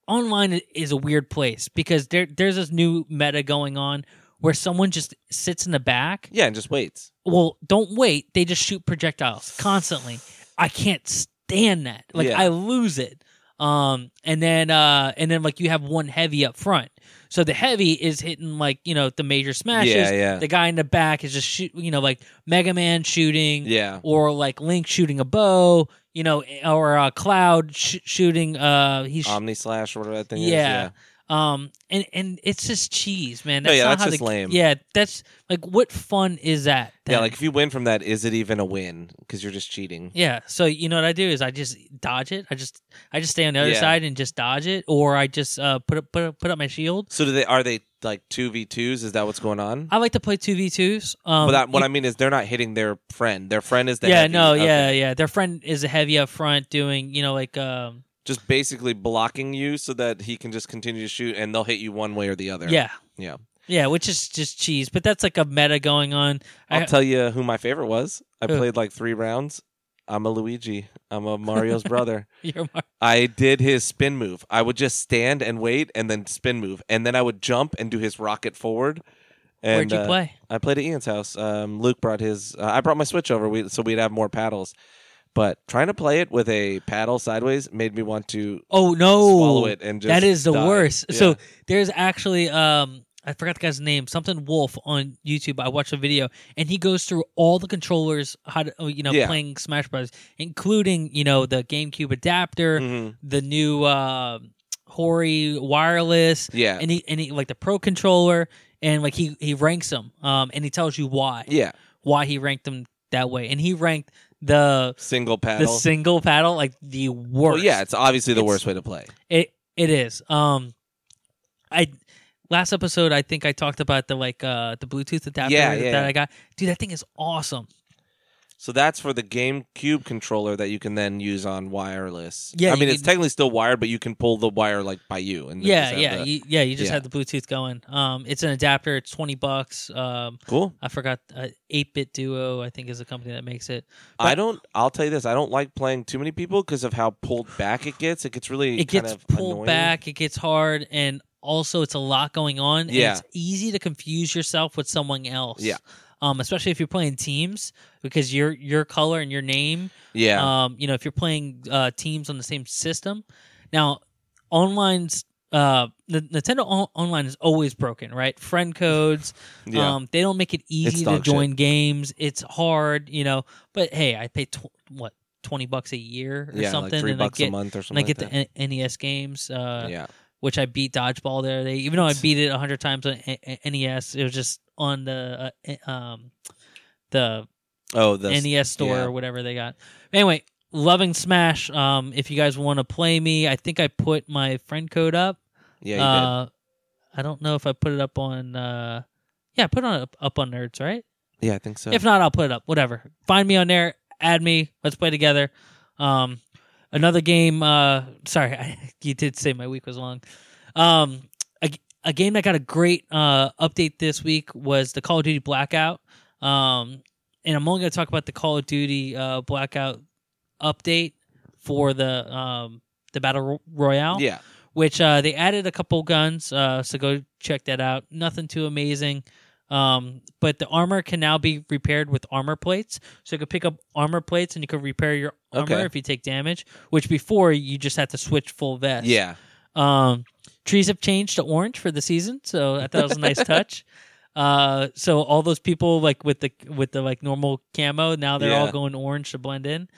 online i- is a weird place because there there's this new meta going on where someone just sits in the back
yeah, and just waits.
well, don't wait. They just shoot projectiles constantly. I can't stand that. Like
Yeah.
I lose it. Um, and then uh, and then like you have one heavy up front. So the heavy is hitting like you know the major smashes.
Yeah, yeah.
The guy in the back is just shoot. You know like Mega Man shooting.
Yeah,
Or like Link shooting a bow. You know or uh, Cloud sh- shooting. Uh, he's.
Omni Slash or whatever that thing is.
Yeah. um and and it's just cheese, man.
No,
That's
Oh, yeah,
not
that's
how
just
the,
lame.
Yeah, that's like what fun is that?
Yeah,
then?
like if you win from that, is it even a win? Because you're just cheating.
Yeah. So you know what I do is I just dodge it. I just I just stay on the other
Yeah.
side and just dodge it, or I just uh, put up put up, put up my shield.
So do they? Are they like two v twos? Is that what's going on?
I like to play two v twos. Um,
but that, what
you-
I mean is they're not hitting their friend. Their friend is the
yeah
heavy.
no
Okay.
yeah yeah their friend is a heavy up front doing you know like um
just basically blocking you so that he can just continue to shoot and they'll hit you one way or the other.
yeah
yeah.
yeah which is just cheese, but that's like a meta going on.
I'll
I-
tell you who my favorite was. I
Who?
played like three rounds. I'm a Luigi. I'm a Mario's brother.
You're mar-
I did his spin move. I would just stand and wait, and then spin move, and then I would jump and do his rocket forward. And,
Where'd you
uh,
play?
I played at Ian's house. Um, Luke brought his. Uh, I brought my Switch over, we, so we'd have more paddles. But trying to play it with a paddle sideways made me want to
Oh no!
swallow it and just
that is the
die.
worst.
Yeah.
So there's actually um I forgot the guy's name, something Wolf on YouTube. I watched a video and he goes through all the controllers how to oh, you know
Yeah.
playing Smash Bros, including you know the GameCube adapter,
Mhm.
the new uh, Hori wireless,
yeah,
and he and he like the Pro controller, and like he he ranks them, um, and he tells you why
yeah,
why he ranked them that way, and he ranked the
single
the
paddle.
single paddle like the worst.
Well, yeah, it's obviously the
It's-
worst way to play.
It it is. Um, I last episode I think I talked about the like uh the Bluetooth adapter
Yeah, yeah,
that
yeah.
I got. Dude, that thing is awesome.
So that's for the GameCube controller that you can then use on wireless.
Yeah,
I
you
mean it's
can-
technically still wired, but you can pull the wire like by you. And then
yeah,
just have
yeah,
the-
you, yeah. You just
yeah.
have the Bluetooth going. Um, it's an adapter. It's twenty bucks. Um,
cool.
I forgot. Eight Bit Duo, I think, is a company that makes it. But-
I don't. I'll tell you this. I don't like playing too many people because of how pulled back it gets. It gets really
It
kind
gets
of
pulled
annoying.
back. It gets hard, and also it's a lot going on.
Yeah.
and it's easy to confuse yourself with someone else.
Yeah.
Um, especially if you're playing teams because your your color and your name
Yeah,
Um, you know, if you're playing uh, teams on the same system. Now, online's uh, the Nintendo on- online is always broken, right? Friend codes.
yeah.
Um, they don't make it
It's
easy to
dog shit.
join games. It's hard, you know. But hey, I pay tw- what twenty bucks a year or
yeah,
something,
like three
and
bucks
I get
a month or
and I
something.
get
like
the N- NES games. Uh,
that. yeah,
which I beat dodgeball there. They even though I beat it a hundred times on A- A- NES, E it was just on the uh, eh, um the
oh the
NES E store
yeah.
or whatever they got. Anyway, loving Smash. Um, if you guys want to play me, I think I put my friend code up.
yeah. You
uh, I don't know if I put it up on. Uh, yeah, put it on up on Nerds, right?
did. Yeah, I think so.
If not, I'll put it up. Whatever. Find me on there. Add me. Let's play together. Um, another game. Uh, sorry, I, you did say my week was long. Um, a, a game that got a great uh, update this week was the Call of Duty Blackout. Um, and I'm only going to talk about the Call of Duty uh, Blackout update for the um, the Battle Ro- Royale
yeah,
which uh, they added a couple guns. Uh, so go check that out. Nothing too amazing. Um, but the armor can now be repaired with armor plates. So you can pick up armor plates and you can repair your armor
Okay.
if you take damage, which before you just had to switch full vest.
yeah.
Um, trees have changed to orange for the season, so I thought it was a nice touch. Uh, so all those people like with the with the like normal camo now they're all
Yeah.
going orange to blend in.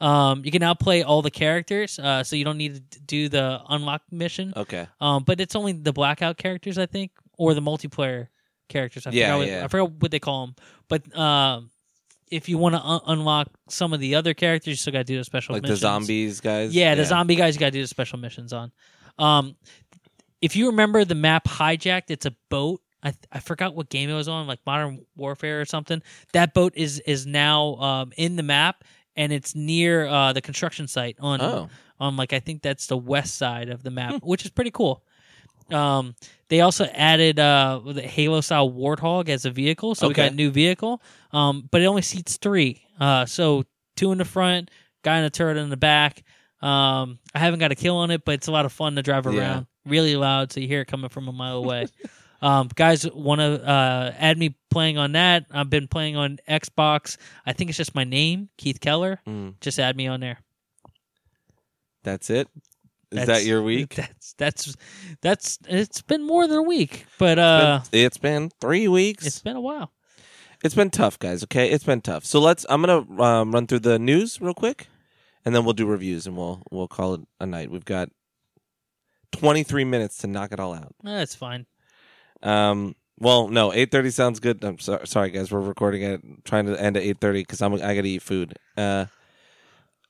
Um, you can now play all the characters, uh, so you don't need to do the unlock mission.
Okay.
Um, but it's only the blackout characters, I think, or the multiplayer characters. I
Yeah,
forgot what,
yeah.
I forgot what they call them. But um, if you want to un- unlock some of the other characters, you still got to do the special
Like the
missions.
zombies guys.
Yeah, the zombie guys you got to do the special missions on. Um, if you remember the map hijacked, it's a boat. I, I forgot what game it was on, like Modern Warfare or something. That boat is is now um, in the map, and it's near uh, the construction site on
Oh,
on like I think that's the west side of the
Hmm.
map, which is pretty cool. Um, they also added uh the Halo style Warthog as a vehicle, so we
Okay.
got a new vehicle. Um, but it only seats three. Uh, so two in the front, guy in the turret in the back. Um, I haven't got a kill on it, but it's a lot of fun to drive
Yeah.
around. Really loud, so you hear it coming from a mile away. um, guys, want to uh, add me playing on that? I've been playing on Xbox. I think it's just my name, Keith Keller.
Mm.
Just add me on there.
that's it. Is
That's-
that your week?
That's that's that's it's been more than a week, but uh
it's been three weeks.
it's been a while.
It's been tough, guys. Okay, it's been tough. So let's. I'm gonna um, run through the news real quick, and then we'll do reviews, and we'll we'll call it a night. We've got 23 minutes to knock it all out.
That's fine.
Um. Well, no, 8:30 sounds good. I'm so, sorry, guys. We're recording at trying to end at 8:30 because I'm I gotta eat food. Uh.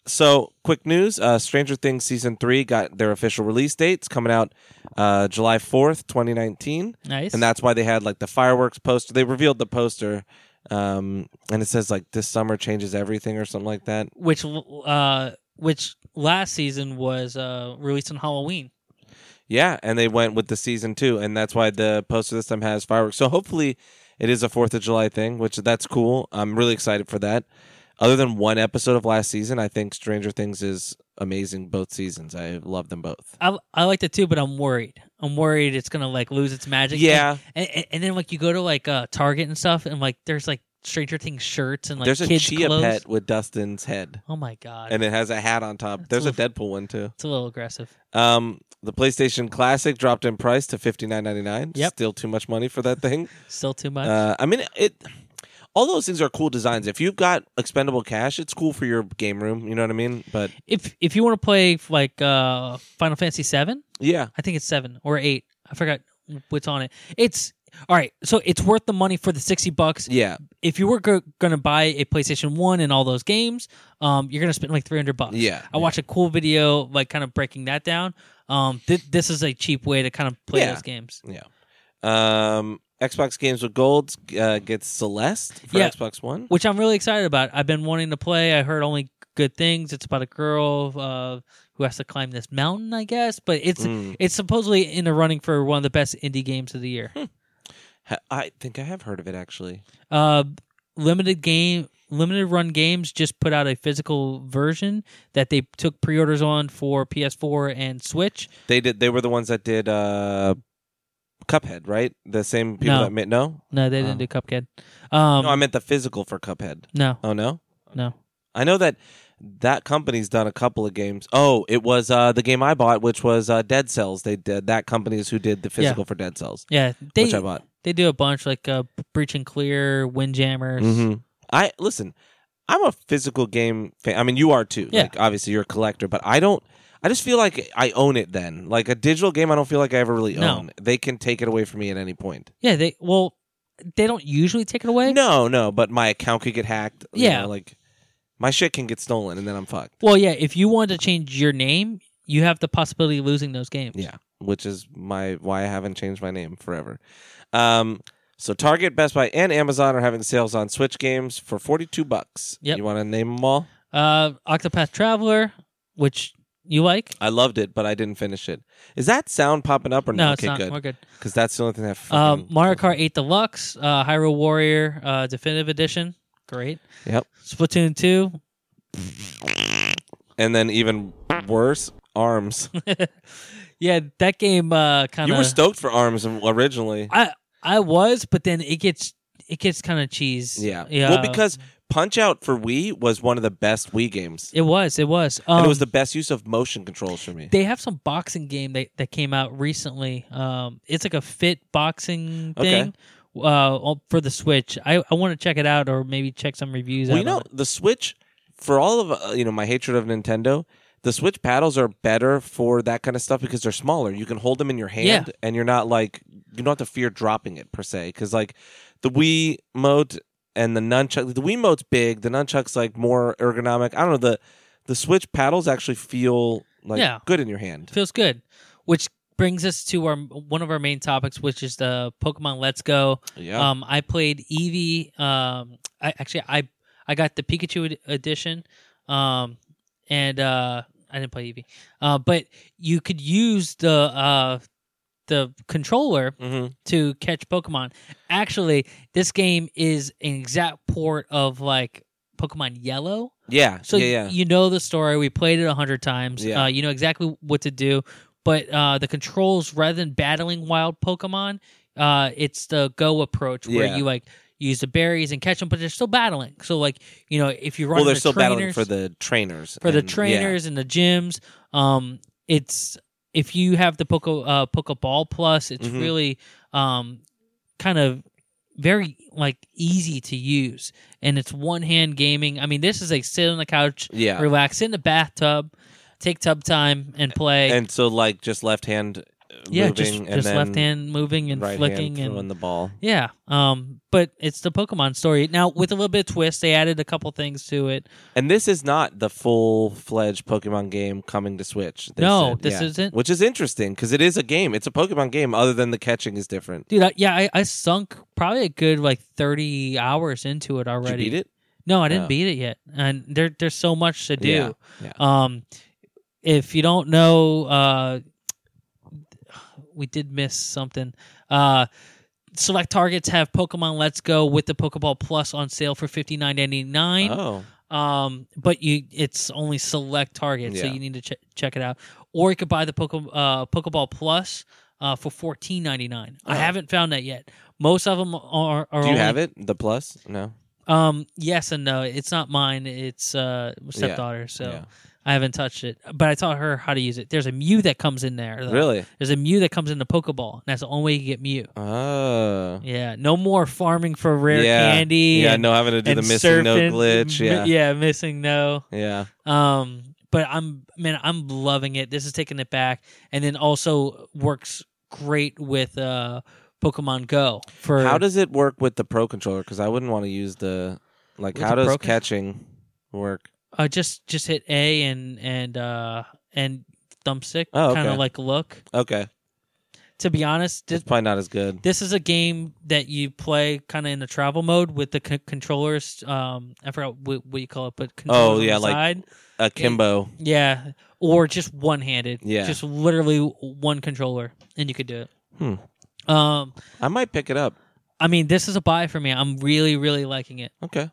So, quick news: uh, Stranger Things season three got their official release dates coming out uh, July 4th, 2019.
Nice.
And that's why they had like the fireworks poster. They revealed the poster, um, and it says like this summer changes everything or something like that.
which uh which last season was uh released on Halloween.
Yeah, and they went with the season two, and that's why the poster this time has fireworks. So hopefully, it is a Fourth of July thing, which that's cool. I'm really excited for that. Other than one episode of last season, I think Stranger Things is amazing both seasons. I love them both.
I I liked it too, but I'm worried. I'm worried it's gonna like lose its magic.
Yeah,
And, and, and then like you go to like uh Target and stuff, and like there's like Stranger Things shirts and like
there's a
kids
chia
clothes.
pet with Dustin's head,
Oh my god,
and it has a hat on top.
That's
There's a
a-
Deadpool one too.
it's a little aggressive.
Um, the PlayStation Classic dropped in price to fifty nine ninety nine.
Yep.
Still too much money for that thing.
Still too much.
Uh, I mean, it. All those things are cool designs. If you've got expendable cash, it's cool for your game room. You know what I mean? But
if if you want to play like uh Final Fantasy Seven,
yeah,
I think it's seven or eight. I forgot what's on it. It's all right. So it's worth the money for the sixty bucks.
yeah,
If you were go- going to buy a PlayStation One and all those games, um, you're going to spend like three hundred bucks.
Yeah.
I watched a cool video, like kind of breaking that down. Um, thi- this is a cheap way to kind of play
Yeah.
those games.
yeah. Um, Xbox Games with Gold uh, gets Celeste for
Yeah.
Xbox One.
which I'm really excited about. I've been wanting to play. I heard only good things. It's about a girl uh, who has to climb this mountain, I guess. But it's
Mm.
it's supposedly in the running for one of the best indie games of the year.
Ha- I think I have heard of it actually.
Uh, limited game, limited run games just put out a physical version that they took pre-orders on for PS4 and Switch.
They did. They were the ones that did uh, Cuphead, right? The same people
No.
that made no.
No, they
Oh.
didn't do Cuphead. Um,
no, I meant the physical for Cuphead.
no,
Oh no,
no.
I know that that company's done a couple of games. Oh, it was uh, the game I bought, which was uh, Dead Cells. They did that company is who did the physical for Dead Cells,
Yeah, they
which I bought.
they do a bunch like uh, Breach and Clear, Windjammers.
hmm I listen. I'm a physical game fan. I mean, you are too.
Yeah.
Like, obviously, you're a collector, but I don't. I just feel like I own it. Then, like a digital game, I don't feel like I ever really
No.
own. They can take it away from me at any point.
Yeah, they well, they don't usually take it away.
No, no, but my account could get hacked. you
Yeah.
know, like my shit can get stolen, and then I'm fucked.
Well, yeah, if you want to change your name, you have the possibility of losing those games.
Yeah, which is my why I haven't changed my name forever. Um, so Target, Best Buy, and Amazon are having sales on Switch games for forty two bucks.
Yep.
You want to name them all?
Uh, Octopath Traveler, which you like?
I loved it, but I didn't finish it. Is that sound popping up or
No,
not?
it's not.
Mm, okay,
We're
good.
good.
Because that's the only thing that.
Um,
fucking-
Mario Kart 8 Deluxe, uh, Hyrule Warrior uh, Definitive Edition, great.
Yep.
Splatoon 2,
And then even worse, Arms.
yeah, that game uh, kind
you were
of.
stoked for Arms originally.
I I was, but then it gets it gets kind of cheese.
Yeah.
yeah.
Well, because Punch Out for Wii was one of the best Wii games.
it was it was um,
and it was the best use of motion controls for me.
They have some boxing game that, that came out recently. Um, it's like a fit boxing
Okay.
thing uh, for the Switch. I, I want to check it out or maybe check some reviews
well,
out.
you
on
know,
it.
the Switch, for all of uh, you know my hatred of Nintendo, the Switch paddles are better for that kind of stuff because they're smaller. You can hold them in your hand,
Yeah.
and you're not like you don't have to fear dropping it per se. Because like the Wii mote and the nunchuck, the Wii mote's big, the nunchuck's like more ergonomic. I don't know the the Switch paddles actually feel like
Yeah.
good in your hand.
feels good. Which brings us to our one of our main topics, which is the Pokemon Let's Go.
Yeah,
Um, I played Eevee. Um, I actually I I got the Pikachu ed- edition. Um, and uh, I didn't play Eevee. Uh, but you could use the uh the controller
hmm
to catch Pokemon. Actually, this game is an exact port of like Pokemon Yellow.
yeah,
So
yeah, yeah.
you know the story. We played it a hundred times.
Yeah.
Uh, you know exactly what to do. But uh, the controls, rather than battling wild Pokemon, uh, it's the go approach where
Yeah.
you like use the berries and catch them, but they're still battling. So like you know if you run
well, they're
the
still
trainers,
battling for the trainers.
for the
and- yeah.
trainers and the gyms. Um, it's if you have the Poco uh, Pokeball Plus, it's
Mhm.
really um, kind of very like easy to use, and it's one hand gaming. I mean, this is like sit on the couch,
Yeah.
relax, sit in the bathtub, take tub time, and play.
and so like just left hand uh,
yeah,
moving
just
and
just
then
left hand moving and
right
flicking
hand
and
throwing the ball
yeah, um, but it's the Pokemon story now with a little bit of twist. They added a couple things to it.
and this is not the full-fledged pokemon game coming to switch they
No,
said.
this isn't.
which is interesting because it is a game it's a pokemon game other than the catching is different
Dude, I, yeah, I, I sunk probably a good like thirty hours into it
did you
already.
beat it
No, I didn't
Oh.
beat it yet, and there there's so much to do.
Yeah, yeah.
Um, if you don't know, uh, we did miss something. Uh, select targets have Pokemon Let's Go with the Pokeball Plus on sale for fifty nine ninety nine.
oh
Um, but you it's only select targets, so
Yeah.
you need to ch- check it out. Or you could buy the Poke, uh, Pokeball Plus uh, for fourteen ninety nine. I
Oh.
haven't found that yet. Most of them are. are
do you
only,
have it the plus no
Um, yes and no. It's not mine. It's uh stepdaughter, so
Yeah.
I haven't touched it. But I taught her how to use it. There's a Mew that comes in there. though.
really
There's a Mew that comes in the Pokeball, and that's the only way you get Mew.
oh
Yeah. No more farming for rare
yeah
candy.
yeah
and-
no having to do
and
the missing no
surfing.
glitch
Mi-
yeah yeah,
yeah, missing no. Um, but I'm man, I'm loving it. This is taking it back, and then also works great with uh Pokemon Go. For
how does it work with the pro controller because i wouldn't want to use the like
With
how
the
does
Pro con-
catching work
uh, just just hit A and and uh and thumbstick
Oh,
kind of
okay.
like look.
okay
to be honest, this,
It's probably not as good.
this is a game that you play kind of in the travel mode with the c- controllers. Um, I forgot what, what you call it, but controllers on
Oh, yeah,
the
like-
side.
Akimbo.
yeah, or just one handed.
Yeah.
just literally one controller, and you could do it.
Hmm.
Um,
I might pick it up.
I mean, this is a buy for me. I'm really, really liking it.
Okay.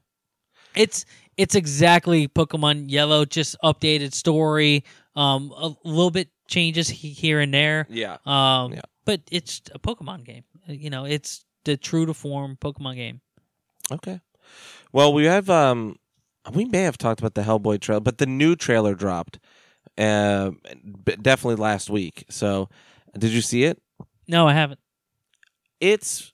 It's it's exactly Pokemon Yellow, just updated story, um, a little bit changes he- here and there.
Yeah.
Um,
Yeah.
but it's a Pokemon game. You know, it's the true to form Pokemon game.
Okay. Well, we have um we may have talked about the Hellboy trailer, but the new trailer dropped uh, b- definitely last week. So, did you see it?
No, I haven't.
It's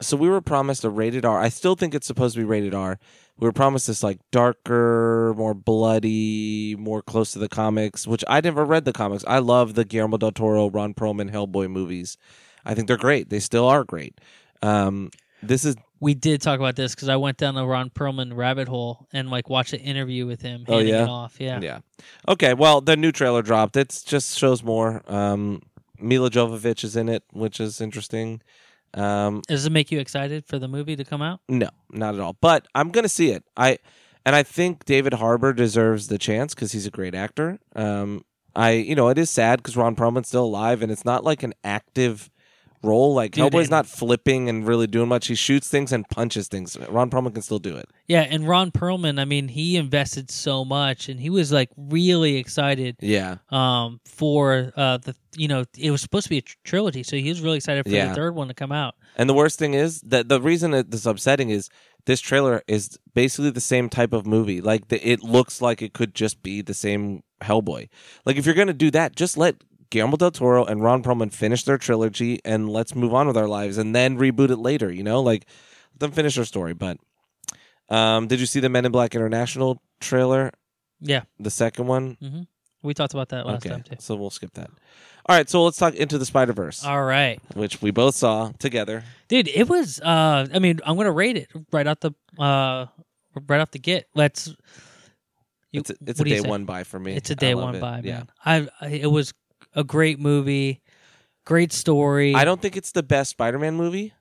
so we were promised a rated R. I still think it's supposed to be rated R. We were promised this like darker, more bloody, more close to the comics, which I never read the comics. I love the Guillermo del Toro, Ron Perlman Hellboy movies. I think they're great. They still are great. Um, this is
We did talk about this because I went down the Ron Perlman rabbit hole and like watched an interview with him
Oh,
handing
yeah?
it off. Yeah.
Yeah. Okay. Well, the new trailer dropped. It just shows more. Um, Mila Jovovich is in it, which is interesting. Um,
Does it make you excited for the movie to come out?
no, not at all. But I'm gonna see it. I and I think David Harbour deserves the chance because he's a great actor. Um, I you know it is sad because Ron Perlman's still alive, and it's not like an active role. Like
Dude,
Hellboy's
and-
not flipping and really doing much. He shoots things and punches things. Ron Perlman can still do it.
Yeah, and Ron Perlman, I mean, he invested so much, and he was like really excited
Yeah.
um, for uh, the you know it was supposed to be a tr- trilogy, so he was really excited for
Yeah.
the third one to come out.
And the worst thing is that the reason that this is upsetting is this trailer is basically the same type of movie. Like the, it looks like it could just be the same Hellboy. Like if you're gonna do that, just let Guillermo del Toro and Ron Perlman finish their trilogy and let's move on with our lives and then reboot it later. You know, like let them finish their story. But um, did you see the Men in Black International trailer?
Yeah,
The second one.
we talked about that last time too.
so we'll skip that. All right, so let's talk Into the Spider Verse,
All right,
which we both saw together.
dude, it was. Uh, I mean, I'm gonna rate it right out the uh, right off the get. Let's. You-
It's a, it's
what do
a
you
day
say?
one buy for me.
It's a
I
day
love
one
it.
buy,
Yeah.
man. I, I it was a great movie, great story.
I don't think it's the best Spider-Man movie.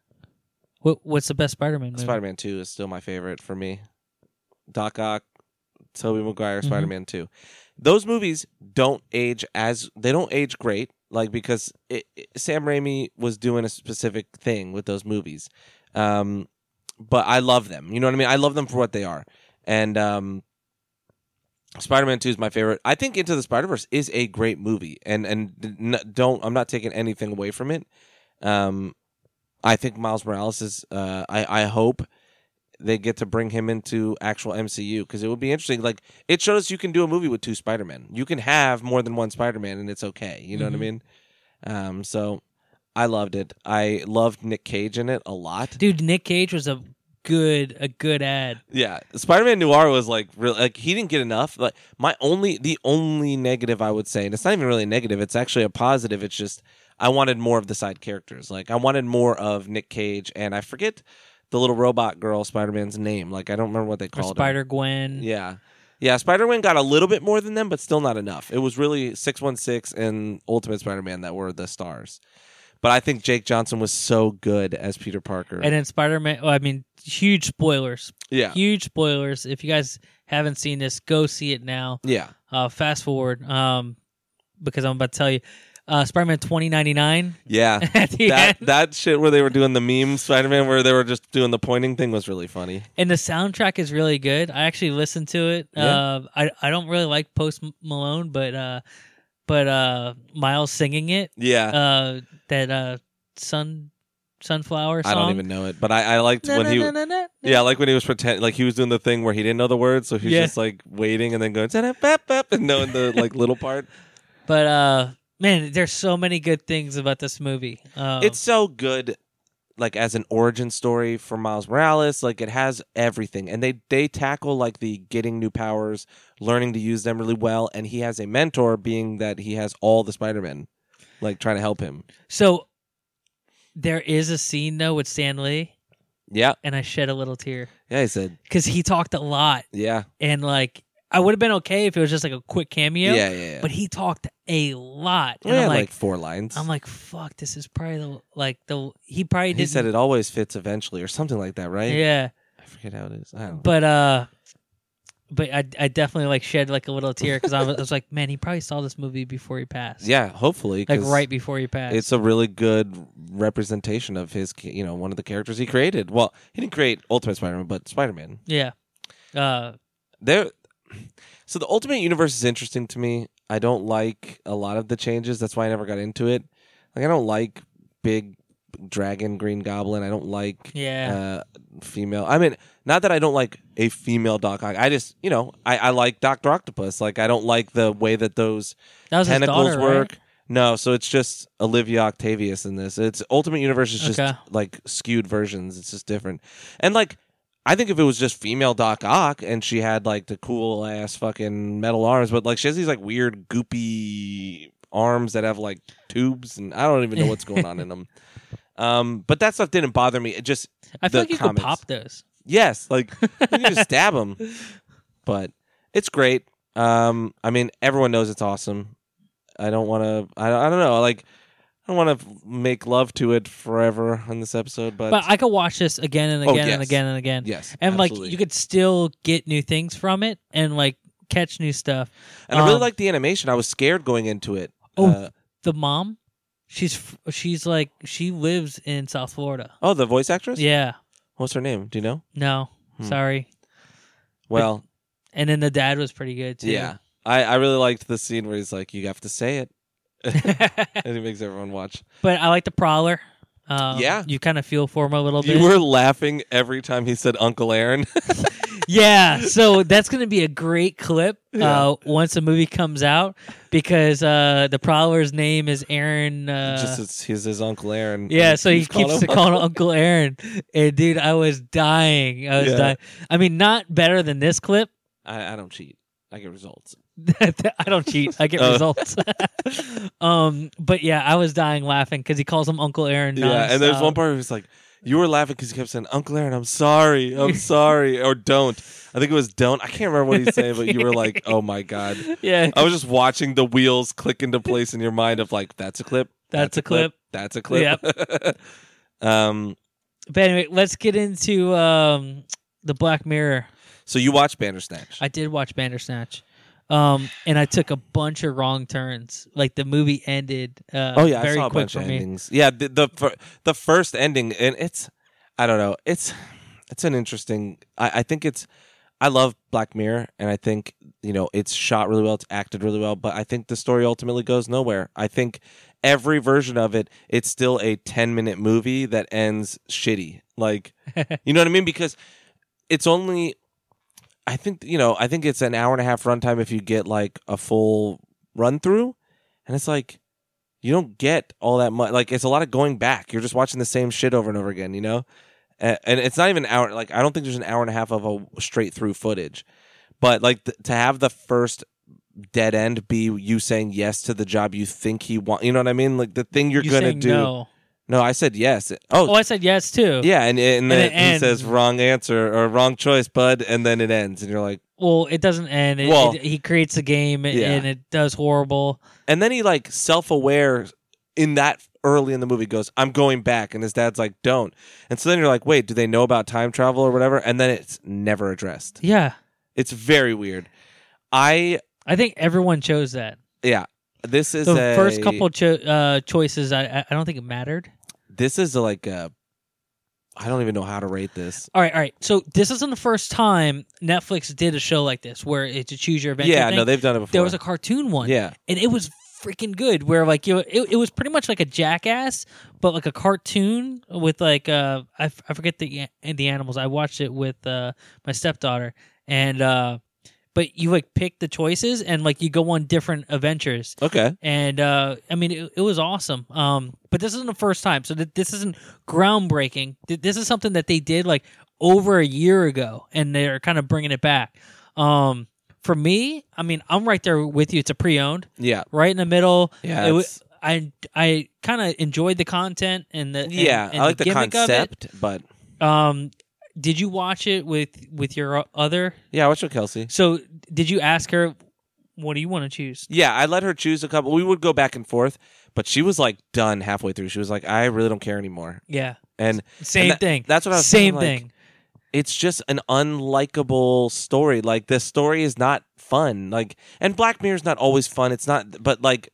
What, what's the best Spider-Man movie?
Spider-Man Two is still my favorite for me. Doc Ock, Tobey Maguire,
Mhm.
Spider-Man Two. Those movies don't age as they don't age great, like because it, it- Sam Raimi was doing a specific thing with those movies. Um, but I love them. You know what I mean? I love them for what they are. And um, Spider-Man 2 is my favorite. I think Into the Spider-Verse is a great movie and and n- don't I'm not taking anything away from it. Um I think Miles Morales is uh I I hope they get to bring him into actual MCU cuz it would be interesting like it shows you can do a movie with two Spider-Men. You can have more than one Spider-Man and it's okay. You know
Mhm.
what I mean? Um so I loved it. I loved Nick Cage in it a lot.
Dude, Nick Cage was a good a good ad.
Yeah, Spider-Man Noir was like real. Like he didn't get enough. Like my only, the only negative I would say, and it's not even really a negative. It's actually a positive. It's just I wanted more of the side characters. Like I wanted more of Nick Cage, and I forget the little robot girl Spider-Man's name. Like I don't remember what they
Or
called
Spider Gwen.
her. Yeah, yeah. Spider-Man got a little bit more than them, but still not enough. It was really Six One Six and Ultimate Spider-Man that were the stars. But I think Jake Johnson was so good as Peter Parker.
And then Spider Man. Oh, I mean, huge spoilers.
yeah,
Huge spoilers. If you guys haven't seen this, go see it now.
yeah.
Uh, fast forward, um, because I'm about to tell you, uh, Spider Man 2099.
Yeah,
At the
that
end.
that shit where they were doing the meme Spider Man, where they were just doing the pointing thing, was really funny.
And the soundtrack is really good. I actually listened to it.
Yeah.
Uh, I I don't really like Post Malone, but uh, but uh, Miles singing it.
Yeah,
Uh, that uh, sun sunflower song.
I don't even know it, but I, I liked
Na,
when
na,
he.
na, na, na.
Yeah, like when he was pretend, like he was doing the thing where he didn't know the words, so he was
Yeah.
just like waiting and then going "Ta-da-bap, bap," and knowing the like little part.
But uh man, there's so many good things about this movie. Um,
It's so good, like as an origin story for Miles Morales. Like it has everything, and they they tackle like the getting new powers, learning to use them really well, and he has a mentor, being that he has all the Spider Men, like trying to help him.
so there is a scene though with Stan Lee
Yeah,
and I shed a little tear
yeah, he said,
cuz he talked a lot
yeah.
and like I would have been okay if it was just like a quick cameo,
Yeah, yeah, yeah.
but he talked a lot. And
yeah,
I'm
like,
like,
four lines.
I'm like, fuck, this is probably the like the he probably did
he said it always fits eventually, or something like that, right?
Yeah.
I forget how it is. I don't know.
But uh but I I definitely like shed like a little tear because I, was- I was like, man, he probably saw this movie before he passed.
Yeah, hopefully,
Like
'cause
right before he passed.
It's a really good representation of his, ca- you know, one of the characters he created. Well, he didn't create Ultimate Spider-Man, but Spider-Man.
yeah. Uh
There, so the Ultimate Universe is interesting to me. I don't like a lot of the changes. That's why I never got into it. Like, I don't like big dragon, Green Goblin. I don't like
yeah.
uh, female. I mean, not that I don't like a female Doc Ock. I just, you know, I, I like Doctor Octopus. Like, I don't like the way that those
that was his
tentacles
daughter,
work.
Right?
No, so it's just Olivia Octavius in this. It's Ultimate Universe is just
Okay.
like skewed versions. It's just different. And like I think if it was just female Doc Ock and she had like the cool ass fucking metal arms, but like she has these like weird goopy arms that have like tubes and I don't even know what's going on in them. Um, but that stuff didn't bother me. It just
I feel
the
like you
comics.
could pop those.
Yes, like you can just stab him. But it's great. Um, I mean, everyone knows it's awesome. I don't want to. I, I don't know. Like, I don't want to make love to it forever on this episode. But,
But I could watch this again and
Oh,
again and
yes.
again and again.
yes,
And
absolutely.
like you could still get new things from it and like catch new stuff.
and I really
um,
like the animation. I was scared going into it.
Oh.
Uh,
The mom, she's f- she's like she lives in South Florida.
oh, the voice actress.
Yeah.
What's her name? Do you know?
No.
Hmm.
Sorry.
Well,
And then the dad was pretty good too.
yeah. I, I really liked the scene where he's like, "You have to say it,"
but
and he makes everyone watch.
I like the prowler. Um,
Yeah.
You kind of feel for him a little bit.
You were laughing every time he said "Uncle Aaron."
yeah. So that's going to be a great clip
Yeah.
uh, once the movie comes out because uh, the prowler's name is Aaron. Uh,
just as he's his uncle Aaron.
yeah, so he
calling
keeps
him
calling him Uncle Aaron. And dude, I was dying. I was
Yeah.
dying. I mean, not better than this clip.
I, I don't cheat. I get results.
I don't cheat. I get
Oh.
results. um, but yeah, I was dying laughing because he calls him Uncle Aaron.
Yeah, and there's
nonstop.
one part where he's like, "You were laughing because he kept saying Uncle Aaron, I'm sorry, I'm sorry," or "Don't." I think it was "Don't." I can't remember what he said, but you were like, "Oh my god."
Yeah,
I was just watching the wheels click into place in your mind of like, "That's a clip.
That's a clip.
That's a clip." um.
But anyway, let's get into um, the Black Mirror.
So you watch Bandersnatch?
I did watch Bandersnatch, um, and I took a bunch of wrong turns. Like the movie ended. Uh,
oh yeah,
very
I saw a
quick
bunch
for
of
me.
endings. Yeah, the the, fir- the first ending, and it's I don't know, it's it's an interesting. I, I think it's I love Black Mirror, and I think you know it's shot really well, it's acted really well, but I think the story ultimately goes nowhere. I think every version of it, it's still a ten minute movie that ends shitty. Like you know what I mean? Because it's only. I think you know. I think it's an hour and a half runtime if you get like a full run through, and it's like you don't get all that much. Like it's a lot of going back. You're just watching the same shit over and over again, you know. A- And it's not even an hour. Like I don't think there's an hour and a half of a straight through footage, but like th- to have the first dead end be you saying yes to the job you think he want. You know what I mean? Like the thing you're
You
gonna
saying
do.
no.
No, I said yes.
Oh, I said yes too.
Yeah, and and,
And
then
it
he
ends.
says wrong answer or wrong choice, bud, and then it ends, and you're like,
Well, it doesn't end. It,
Well-
it- he creates a game and,
Yeah.
and it does horrible.
and then he like self aware in that early in the movie goes, I'm going back, and his dad's like, don't, and so then you're like, wait, do they know about time travel or whatever? And then it's never addressed.
Yeah,
It's very weird. I
I think everyone chose that.
yeah, this is
The
a,
first couple cho- uh, choices, I, I I don't think it mattered.
This is like a. I don't even know how to rate this.
All right, all right. So this isn't the first time Netflix did a show like this where it's a choose your adventure.
Yeah,
thing.
no, they've done it before.
there was a cartoon one.
yeah,
and it was freaking good. Where like you, know, it, it was pretty much like a jackass, but like a cartoon with like uh, I, f- I forget the a- and the animals. I watched it with uh my stepdaughter, and uh, but you like pick the choices and like you go on different adventures.
okay,
And uh, I mean, it, it was awesome. Um, but this isn't the first time, so th- this isn't groundbreaking. Th- this is something that they did like over a year ago, and they're kind of bringing it back. Um, for me, I mean, I'm right there with you. It's a pre-owned
yeah,
right in the middle.
yeah,
It wa-
it's-
I I kind of enjoyed the content and the and-
yeah.
and
I like the
gimmick of it.
concept, but
Um, did you watch it with with your o- other?
yeah, what's with Kelsey?
So did you ask her what do you want to choose?
Yeah, I let her choose a couple. We would go back and forth, but she was like done halfway through. She was like, I really don't care anymore.
Yeah,
And
same
that-
thing.
that's what I was
Same
saying, like,
thing.
it's just an unlikable story. Like this story is not fun. Like and Black Mirror's not always fun. It's not but like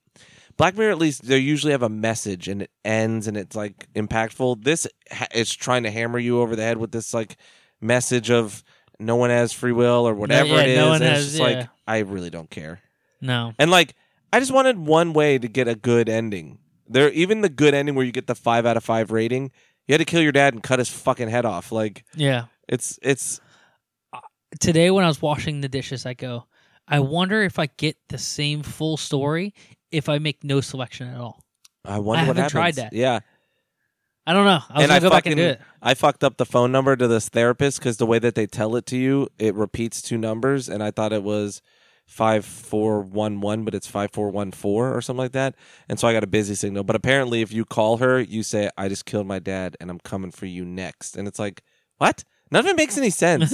Black Mirror at least they usually have a message and it ends and it's like impactful. This ha- is trying to hammer you over the head with this like message of no one has free will or whatever
yeah,
it is.
no one
and
has-
it's just
yeah.
like I really don't care.
no.
And like, I just wanted one way to get a good ending. There, even the good ending where you get the five out of five rating, you had to kill your dad and cut his fucking head off. Like,
Yeah.
it's it's
Today, when I was washing the dishes, I go, I wonder if I get the same full story if I make no selection at all.
I wonder
I
what
haven't
happens.
tried that.
Yeah,
I don't know. I was
and
gonna
I
go
fucking
back and do it.
I fucked up the phone number to this therapist because the way that they tell it to you, it repeats two numbers, and I thought it was five four one one, but it's five four one four or something like that. And so I got a busy signal. But apparently, if you call her, you say, "I just killed my dad, and I'm coming for you next," and it's like, what? None of it makes any sense.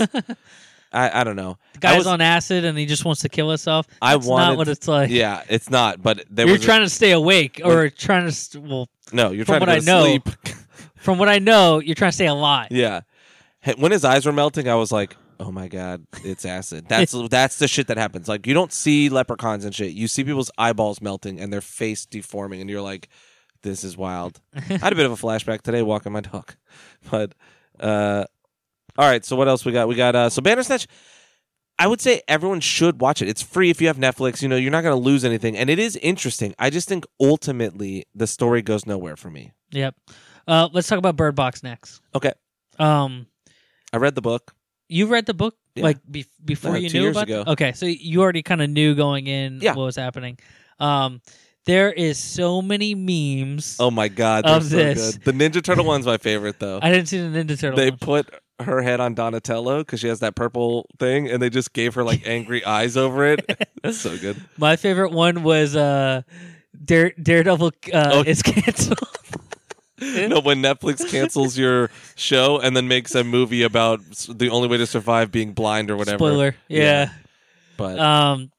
I, I don't know.
The guy's
was-
on acid and he just wants to kill himself.
I
That's
wanted
not what
to-
it's like.
Yeah, it's not. But there
You're
was a-
trying to stay awake or trying to st- well,
no. You're
from
trying
what
to go
I
to
know.
sleep.
from what I know, you're trying to stay alive.
Yeah. Hey, When his eyes were melting, I was like, "Oh my god, it's acid." That's that's the shit that happens. Like you don't see leprechauns and shit. You see people's eyeballs melting and their face deforming, and you're like, "This is wild." I had a bit of a flashback today walking my dog, but uh, all right. So what else we got? We got uh, so Bandersnatch. I would say everyone should watch it. It's free if you have Netflix. You know, you're not going to lose anything, and it is interesting. I just think ultimately the story goes nowhere for me.
Yep. Uh, let's talk about Bird Box next.
Okay,
Um,
I read the book.
you read the book
Yeah.
like be- before
Uh,
you
two
knew
years
about
ago.
th- okay so you already kind of knew going in
Yeah.
what was happening um there is so many memes
Oh my god,
of
they're so
this.
good. The Ninja Turtle one's my favorite though.
i didn't see the ninja turtle
they
one.
put her head on Donatello because she has that purple thing, and they just gave her like angry eyes over it. That's so good.
my favorite one was uh Dare, daredevil uh,
Oh.
is canceled
No, when Netflix cancels your show and then makes a movie about s- the only way to survive being blind or whatever.
spoiler yeah.
But
um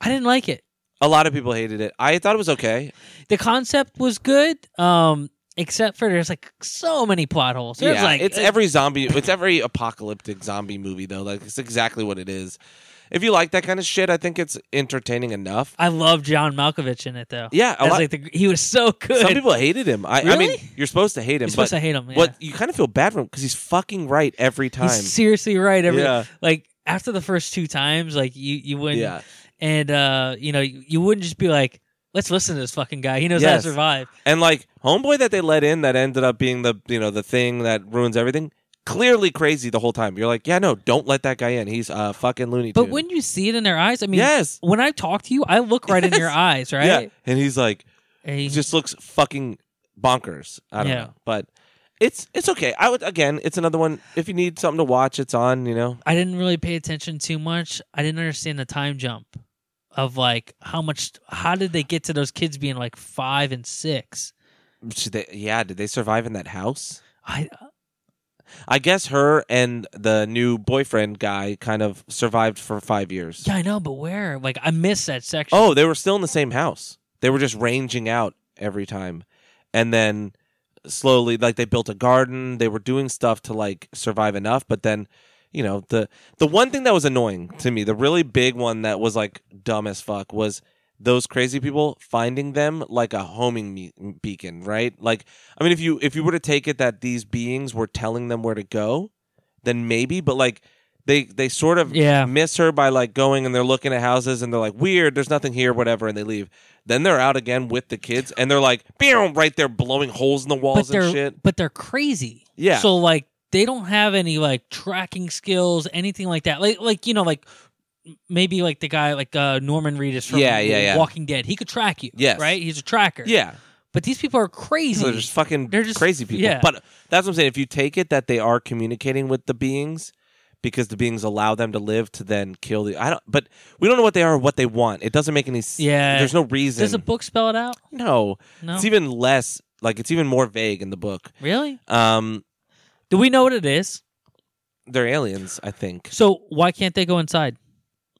i didn't like it
a lot of people hated it. I thought it was okay.
the concept was good um except for there's like so many plot holes there's
yeah,
like
it's
uh,
every zombie. It's every apocalyptic zombie movie though. Like it's exactly what it is. If you like that kind of shit, I think it's entertaining enough.
i love john malkovich in it though
Yeah, a
That's
lot,
like the, he was so good
Some people hated him. I, I mean,
Really?
you're supposed to hate
You're
him, but
supposed to hate him. Yeah.
what you kind of feel bad for him because he's fucking right every time.
He's seriously right. Every
Yeah.
like after the first two times, like you you wouldn't
yeah,
and uh you know you, you wouldn't just be like, let's listen to this fucking guy. He knows how to
Yes.
survive.
and like homeboy that they let in that ended up being the you know the thing that ruins everything. Clearly crazy the whole time. You're like, yeah, no, don't let that guy in. He's a fucking loony.
But
Tune.
when you see it in their eyes, I mean,
Yes.
when I talk to you, I look right in your
Yes.
eyes,
yeah,
right?
and he's like,
And
he
he-
just looks fucking bonkers. I don't
Yeah.
know, but it's it's okay. I would again, it's another one. If you need something to watch, it's on. You know,
I didn't really pay attention too much. I didn't understand the time jump of like how much how did they get to those kids being like 5 and 6?
Should they- yeah. Did they survive in that house?
I
I guess her and the new boyfriend guy kind of survived for five years.
yeah, I know, but where? Like I missed that section.
Oh, they were still in the same house. They were just ranging out every time. And then slowly like they built a garden, they were doing stuff to like survive enough, but then you know, the the one thing that was annoying to me, the really big one that was like dumb as fuck was those crazy people finding them like a homing me- beacon, right? Like I mean if you if you were to take it that these beings were telling them where to go, then maybe, but like they they sort of
Yeah.
miss her by like going and they're looking at houses and they're like weird there's nothing here whatever and they leave then they're out again with the kids and they're like boom right there blowing holes in the walls
they're
and shit
but they're crazy.
Yeah.
So like they don't have any like tracking skills, anything like that. Like like you know like m- maybe like the guy like uh Norman Reedus from
Yeah, yeah, yeah.
Walking Dead. He could track you.
Yes.
Right. He's a tracker.
yeah
But these people are crazy.
so they're just fucking
They're just-
crazy people
yeah.
but that's what i'm saying if you take it that they are communicating with the beings because the beings allow them to live to then kill the i don't but we don't know what they are or what they want it doesn't make any sense
Yeah.
there's no reason
Does the book spell it out?
no
No.
it's even less like it's even more vague in the book
really?
um
Do we know what it is?
they're aliens i think
So why can't they go inside?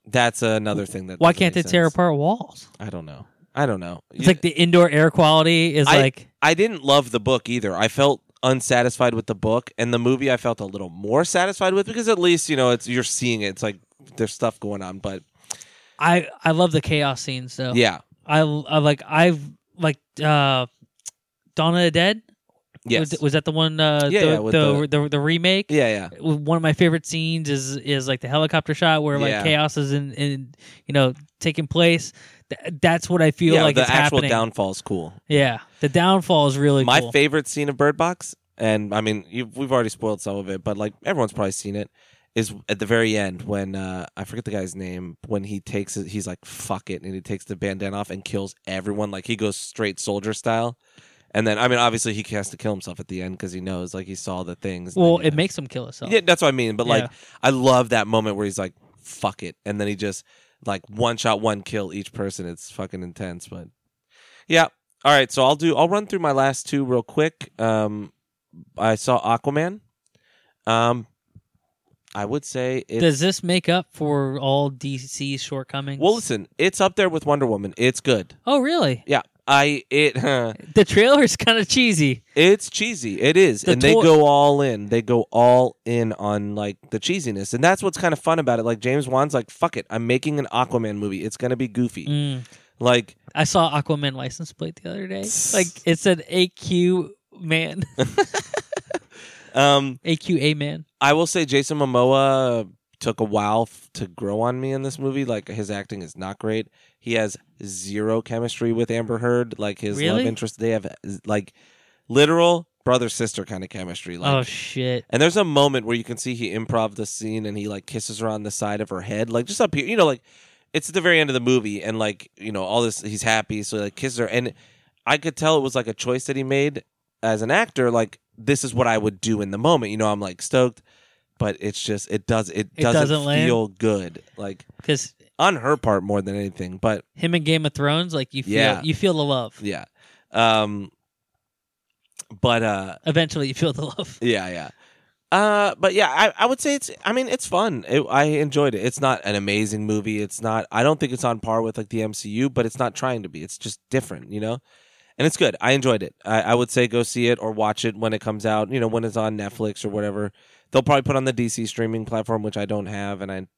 That's another thing that.
Why
doesn't
can't they
make
tear
sense.
apart walls?
I don't know. I don't know.
It's
You-
like the indoor air quality is
I-
like
I didn't love the book either. I felt unsatisfied with the book, and the movie I felt a little more satisfied with because at least you know it's you're seeing it. It's like there's stuff going on, but
I I love the chaos scenes though.
yeah,
I, I like I've like uh Dawn of the Dead.
yes,
Was, was that the one? Uh,
Yeah,
the,
yeah, with
the, the, the remake.
yeah, yeah.
One of my favorite scenes is is like the helicopter shot where like
Yeah.
chaos is in, in you know taking place. Th- that's what I feel
yeah,
like
the
is
actual
happening.
downfall's cool.
yeah, the downfall is really
My
cool.
favorite scene of Bird Box, and I mean you we've already spoiled some of it, but like everyone's probably seen it, is at the very end when uh, I forget the guy's name when he takes it, he's like fuck it, and he takes the bandana off and kills everyone. Like he goes straight soldier style. And then, I mean, obviously, he has to kill himself at the end because he knows, like, he saw the things. and
well,
then,
it
yeah.
makes him kill himself.
Yeah, that's what I mean. But like,
Yeah.
I love that moment where he's like, "Fuck it," and then he just like one shot, one kill each person. It's fucking intense. But yeah, all right. So I'll do. I'll run through my last two real quick. Um, I saw Aquaman. Um, I would say it's
Does this make up for all DC's shortcomings?
well. Listen, it's up there with Wonder Woman. It's good.
oh really?
Yeah, I it.
The trailer's kind of cheesy.
It's cheesy. It is.
The
and they
toy-
go all in. They go all in on like the cheesiness. And that's what's kind of fun about it. Like James Wan's like, fuck it. I'm making an Aquaman movie. It's gonna be goofy.
Mm.
Like
I saw Aquaman license plate the other day. Like it said AQ man,
um
AQA man.
I will say Jason Momoa took a while f- to grow on me in this movie. Like his acting is not great. He has zero chemistry with Amber Heard. Like his love
Really?
interest. They have like literal brother sister kind of chemistry. Like
oh shit!
And there's a moment where you can see he improv the scene and he like kisses her on the side of her head, like just up here, you know, like it's at the very end of the movie and like, you know, all this he's happy, so he like kisses her. And I could tell it was like a choice that he made as an actor, like this is what I would do in the moment. You know, I'm like stoked, but it's just it does it,
It
doesn't,
doesn't land.
feel good. Like
Because
on her part more than anything. But
him in Game of Thrones, like you feel
Yeah.
you feel the love.
yeah. Um but uh
Eventually, you feel the love.
Yeah, yeah. Uh, but yeah, I, I would say it's. I mean, it's fun. It, I enjoyed it. It's not an amazing movie. It's not. I don't think it's on par with like the MCU, but it's not trying to be. It's just different, you know. And it's good. I enjoyed it. I, I would say go see it or watch it when it comes out. You know, when it's on Netflix or whatever. They'll probably put on the DC streaming platform, which I don't have, and I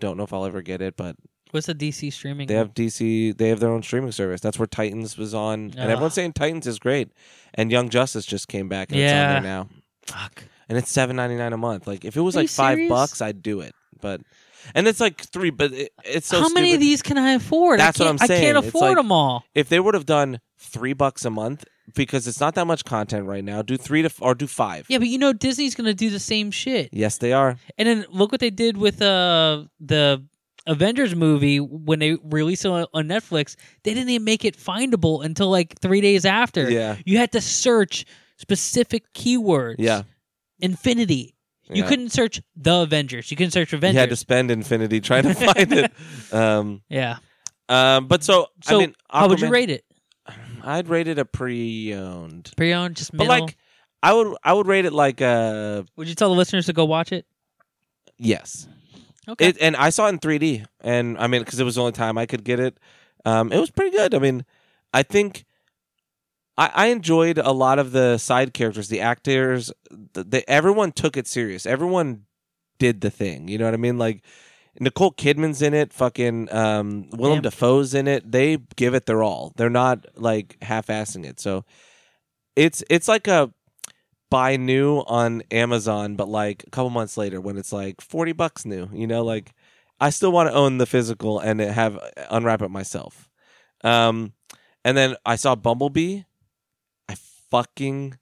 don't know if I'll ever get it. But
What's the DC streaming?
they have DC. They have their own streaming service. That's where Titans was on, and
Ah.
everyone's saying Titans is great. And Young Justice just came back, and it's on
Yeah.
there now
Fuck.
and it's seven ninety nine a month. Like if it was
Are you
like five
serious?
bucks, I'd do it. But and it's like three, but it, it's so
How many of
stupid.
these can I afford?
That's
I
what
can't,
I'm
I
saying.
can't
It's
afford
like-
them all.
If they would have done three bucks a month, because it's not that much content right now, do three to f- or do five.
Yeah, but you know Disney's gonna do the same shit.
Yes, they are.
And then look what they did with uh the Avengers movie when they released it on on Netflix. They didn't even make it findable until like three days after.
Yeah.
you had to search specific keywords.
Yeah.
Infinity. You
Yeah.
couldn't search the Avengers. You couldn't search
You
Avengers.
had to spend infinity trying to find it. Um,
yeah.
um, but so,
So
I mean,
how would you
Aquaman-
rate it?
I'd rate it a pre-owned,
Prion, just
but
middle.
like I would, I would rate it like a
would you tell the listeners to go watch it?
yes.
Okay.
It, and I saw it in 3D, and I mean, because it was the only time I could get it. Um, it was pretty good. I mean, I think I, I enjoyed a lot of the side characters, the actors. The, the, everyone took it serious. Everyone did the thing. You know what I mean? Like Nicole Kidman's in it. Fucking um, Willem
Damn.
Dafoe's in it. They give it their all. They're not like half-assing it. So it's it's like a buy new on Amazon, but like a couple months later when it's like 40 bucks new, you know, like I still want to own the physical and have uh, unwrap it myself. Um, and then I saw Bumblebee. I fucking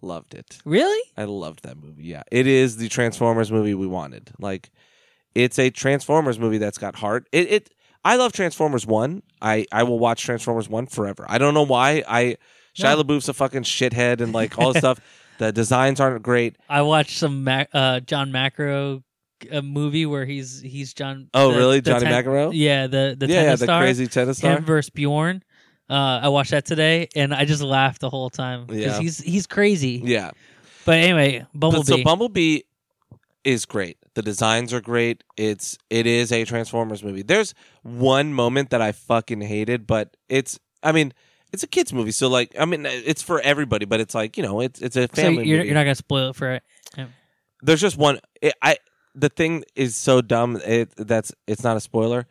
loved it.
really?
I loved that movie. Yeah. It is the Transformers movie we wanted. Like it's a Transformers movie that's got heart. It it I love Transformers 1. I I will watch Transformers 1 forever. I don't know why. I Shia
No.
LaBeouf's a fucking shithead and like all this stuff. The designs aren't great.
I watched some Mac, uh, John Macro uh, movie where he's he's John.
Oh,
the-
really?
the
Johnny
ten-
McEnroe?
Yeah, the the
yeah, yeah,
tennis
the
star.
crazy tennis star.
Him versus Bjorn. Uh, I watched that today, and I just laughed the whole time because
Yeah.
he's he's crazy.
Yeah.
But anyway,
But
Bumblebee.
so Bumblebee is great. The designs are great. It's it is a Transformers movie. There's one moment that I fucking hated, but it's I mean, it's a kids movie, so like I mean, it's for everybody, but it's like, you know, it's it's a
So
family
you're,
movie.
you're not gonna spoil it for it.
There's just one it, I the thing is so dumb. It that's it's not a spoiler.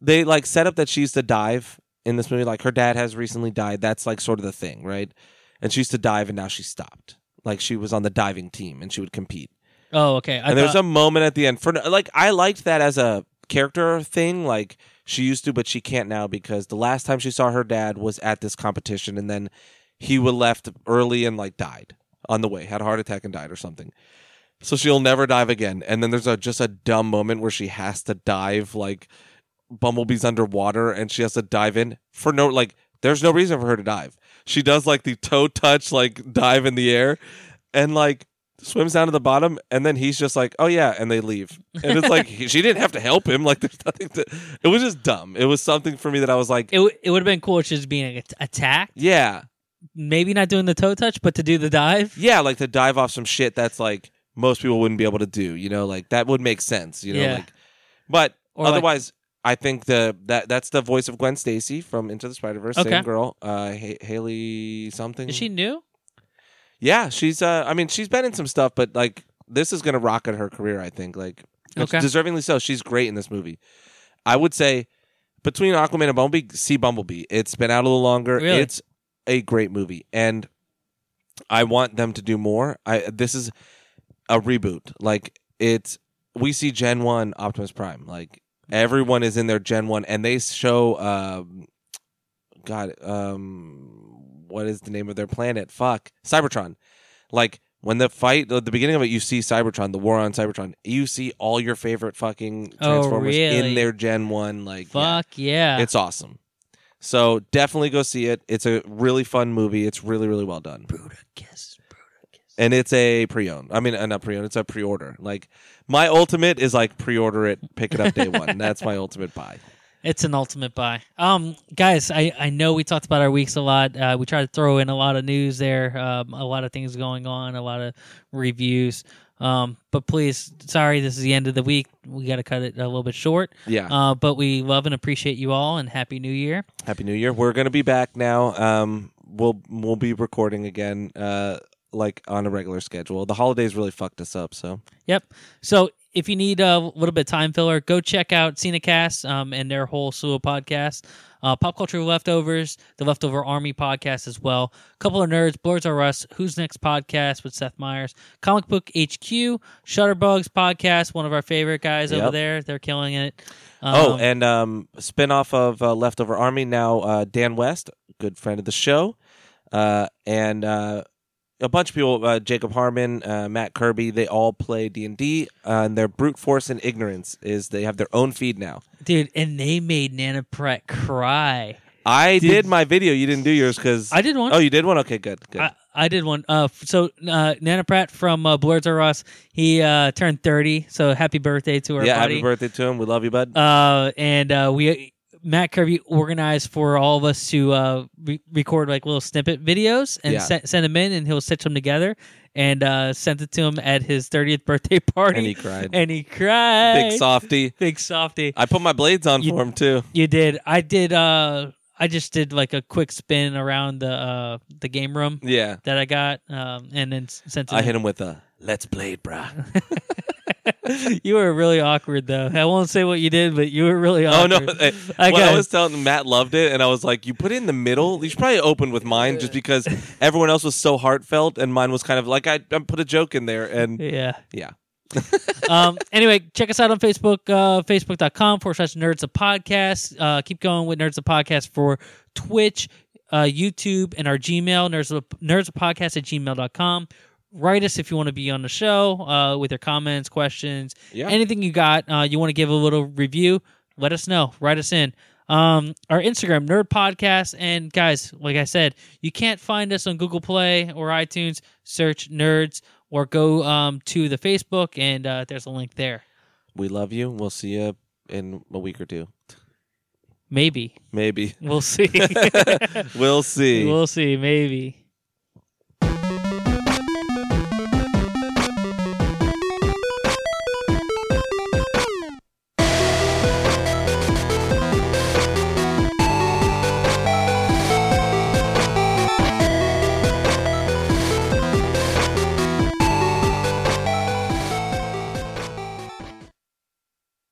They like set up that she's to dive in this movie like her dad has recently died. That's like sort of the thing, right? And she used to dive and now she stopped. Like she was on the diving team and she would compete
Oh, okay. I
and there's
thought-
a moment at the end for like I liked that as a character thing. Like she used to, but she can't now because the last time she saw her dad was at this competition, and then he was left early and like died on the way, had a heart attack and died or something. So she'll never dive again. And then there's a just a dumb moment where she has to dive like Bumblebee's underwater, and she has to dive in for no like. There's no reason for her to dive. She does like the toe touch, like dive in the air, and like swims down to the bottom, and then he's just like, "Oh yeah," and they leave. And it's like he, she didn't have to help him. Like there's nothing. To, it was just dumb. It was something for me that I was like,
it w- it would have been cool if she was being at- attacked.
"Yeah,
Maybe not doing the toe touch, but to do the dive.
yeah," like to dive off some shit that's like most people wouldn't be able to do. You know, like that would make sense. You know,
Yeah.
like but
Or like-
otherwise. I think the that that's the voice of Gwen Stacy from Into the Spider Verse,
Okay.
same girl, uh, ha- Haley something.
Is she new?
Yeah, she's. Uh, I mean, she's been in some stuff, but like this is gonna rocket her career. I think. Like, which
Okay.
deservingly so. She's great in this movie. I would say between Aquaman and Bumblebee, see Bumblebee. It's been out a little longer.
Really?
It's a great movie, and I want them to do more. I this is a reboot. Like it's we see Gen One Optimus Prime. Like everyone is in their Gen One, and they show. Um, God, um, what is the name of their planet? Fuck, Cybertron. Like when the fight at the beginning of it, you see Cybertron, the war on Cybertron. You see all your favorite fucking
Oh,
Transformers
really?
in their Gen One. Like, yeah.
Fuck yeah!
it's awesome. So definitely go see it. It's a really fun movie. It's really really well done,
Bruta kiss. Bruta kiss.
and it's a pre-owned. I mean, uh, not pre-owned. It's a pre-order. Like my ultimate is like pre-order it, pick it up day one. That's my ultimate buy.
It's an ultimate buy. Um, guys, I, I know we talked about our weeks a lot. Uh, we try to throw in a lot of news there, um, a lot of things going on, a lot of reviews. Um, but please, sorry, this is the end of the week. We got to cut it a little bit short.
Yeah.
Uh, but we love and appreciate you all, and happy New Year.
Happy New Year. We're gonna be back now. Um, we'll we'll be recording again, uh, like on a regular schedule. The holidays really fucked us up, so
Yep. So if you need a little bit of time filler, go check out Cinecast um, and their whole slew of podcasts. Uh, Pop Culture Leftovers, the Leftover Army podcast as well. Couple of Nerds, Blurs Are Us, Who's Next podcast with Seth Meyers, Comic Book HQ, Shutterbugs podcast, one of our favorite guys over
Yep.
there. They're killing it. Um,
oh, and um, spin off of uh, Leftover Army now. Uh, Dan West, good friend of the show, uh, and uh, a bunch of people. Uh, Jacob Harmon, uh, Matt Kirby. They all play D and D, uh, and their brute force and ignorance is they have their own feed now.
dude, and they made Nana Pratt cry.
I
Did-
did, my video. You didn't do yours because
I did one.
Oh, you did one. Okay, good. Good.
I, I did one. Uh, f- so uh, Nana Pratt from uh, Blurs Are Us, he uh, turned thirty. So happy birthday to her
yeah,
buddy.
happy birthday to him. We love you, bud.
uh, and uh, we Matt Kirby organized for all of us to uh, re- record like little snippet videos and
Yeah.
se- send them in, and he'll stitch them together. And uh, sent it to him at his thirtieth birthday party,
and he cried.
and he cried.
Big softy.
big softy.
I put my blades on
You-
for him too.
You did. I did. Uh, I just did like a quick spin around the uh, the game room
Yeah,
that I got, um, and then s- sent it.
I
in.
hit him with a "Let's blade, bruh."
you were really awkward though. I won't say what you did, but you were really
Oh
awkward.
no! eh,
I
what I
got-
was telling Matt loved it, and I was like, "You put it in the middle. You should probably open with mine, just because everyone else was so heartfelt, and mine was kind of like I, I put a joke in there, and
Yeah.
yeah,
um, anyway, check us out on Facebook, uh, facebook.com forward slash nerds of podcast. Uh, keep going with nerds of podcast for Twitch, uh, YouTube, and our Gmail, nerds of, nerds of podcast at gmail.com. Write us if you want to be on the show uh, with your comments, questions,
yeah.
anything you got. Uh, you want to give a little review, let us know. Write us in. Um, our Instagram, Nerd Podcast. And guys, like I said, you can't find us on Google Play or iTunes. Search Nerds or go um, to the Facebook, and uh, there's a link there.
we love you. We'll see you in a week or two,
Maybe.
maybe.
We'll see.
we'll see.
we'll see. Maybe.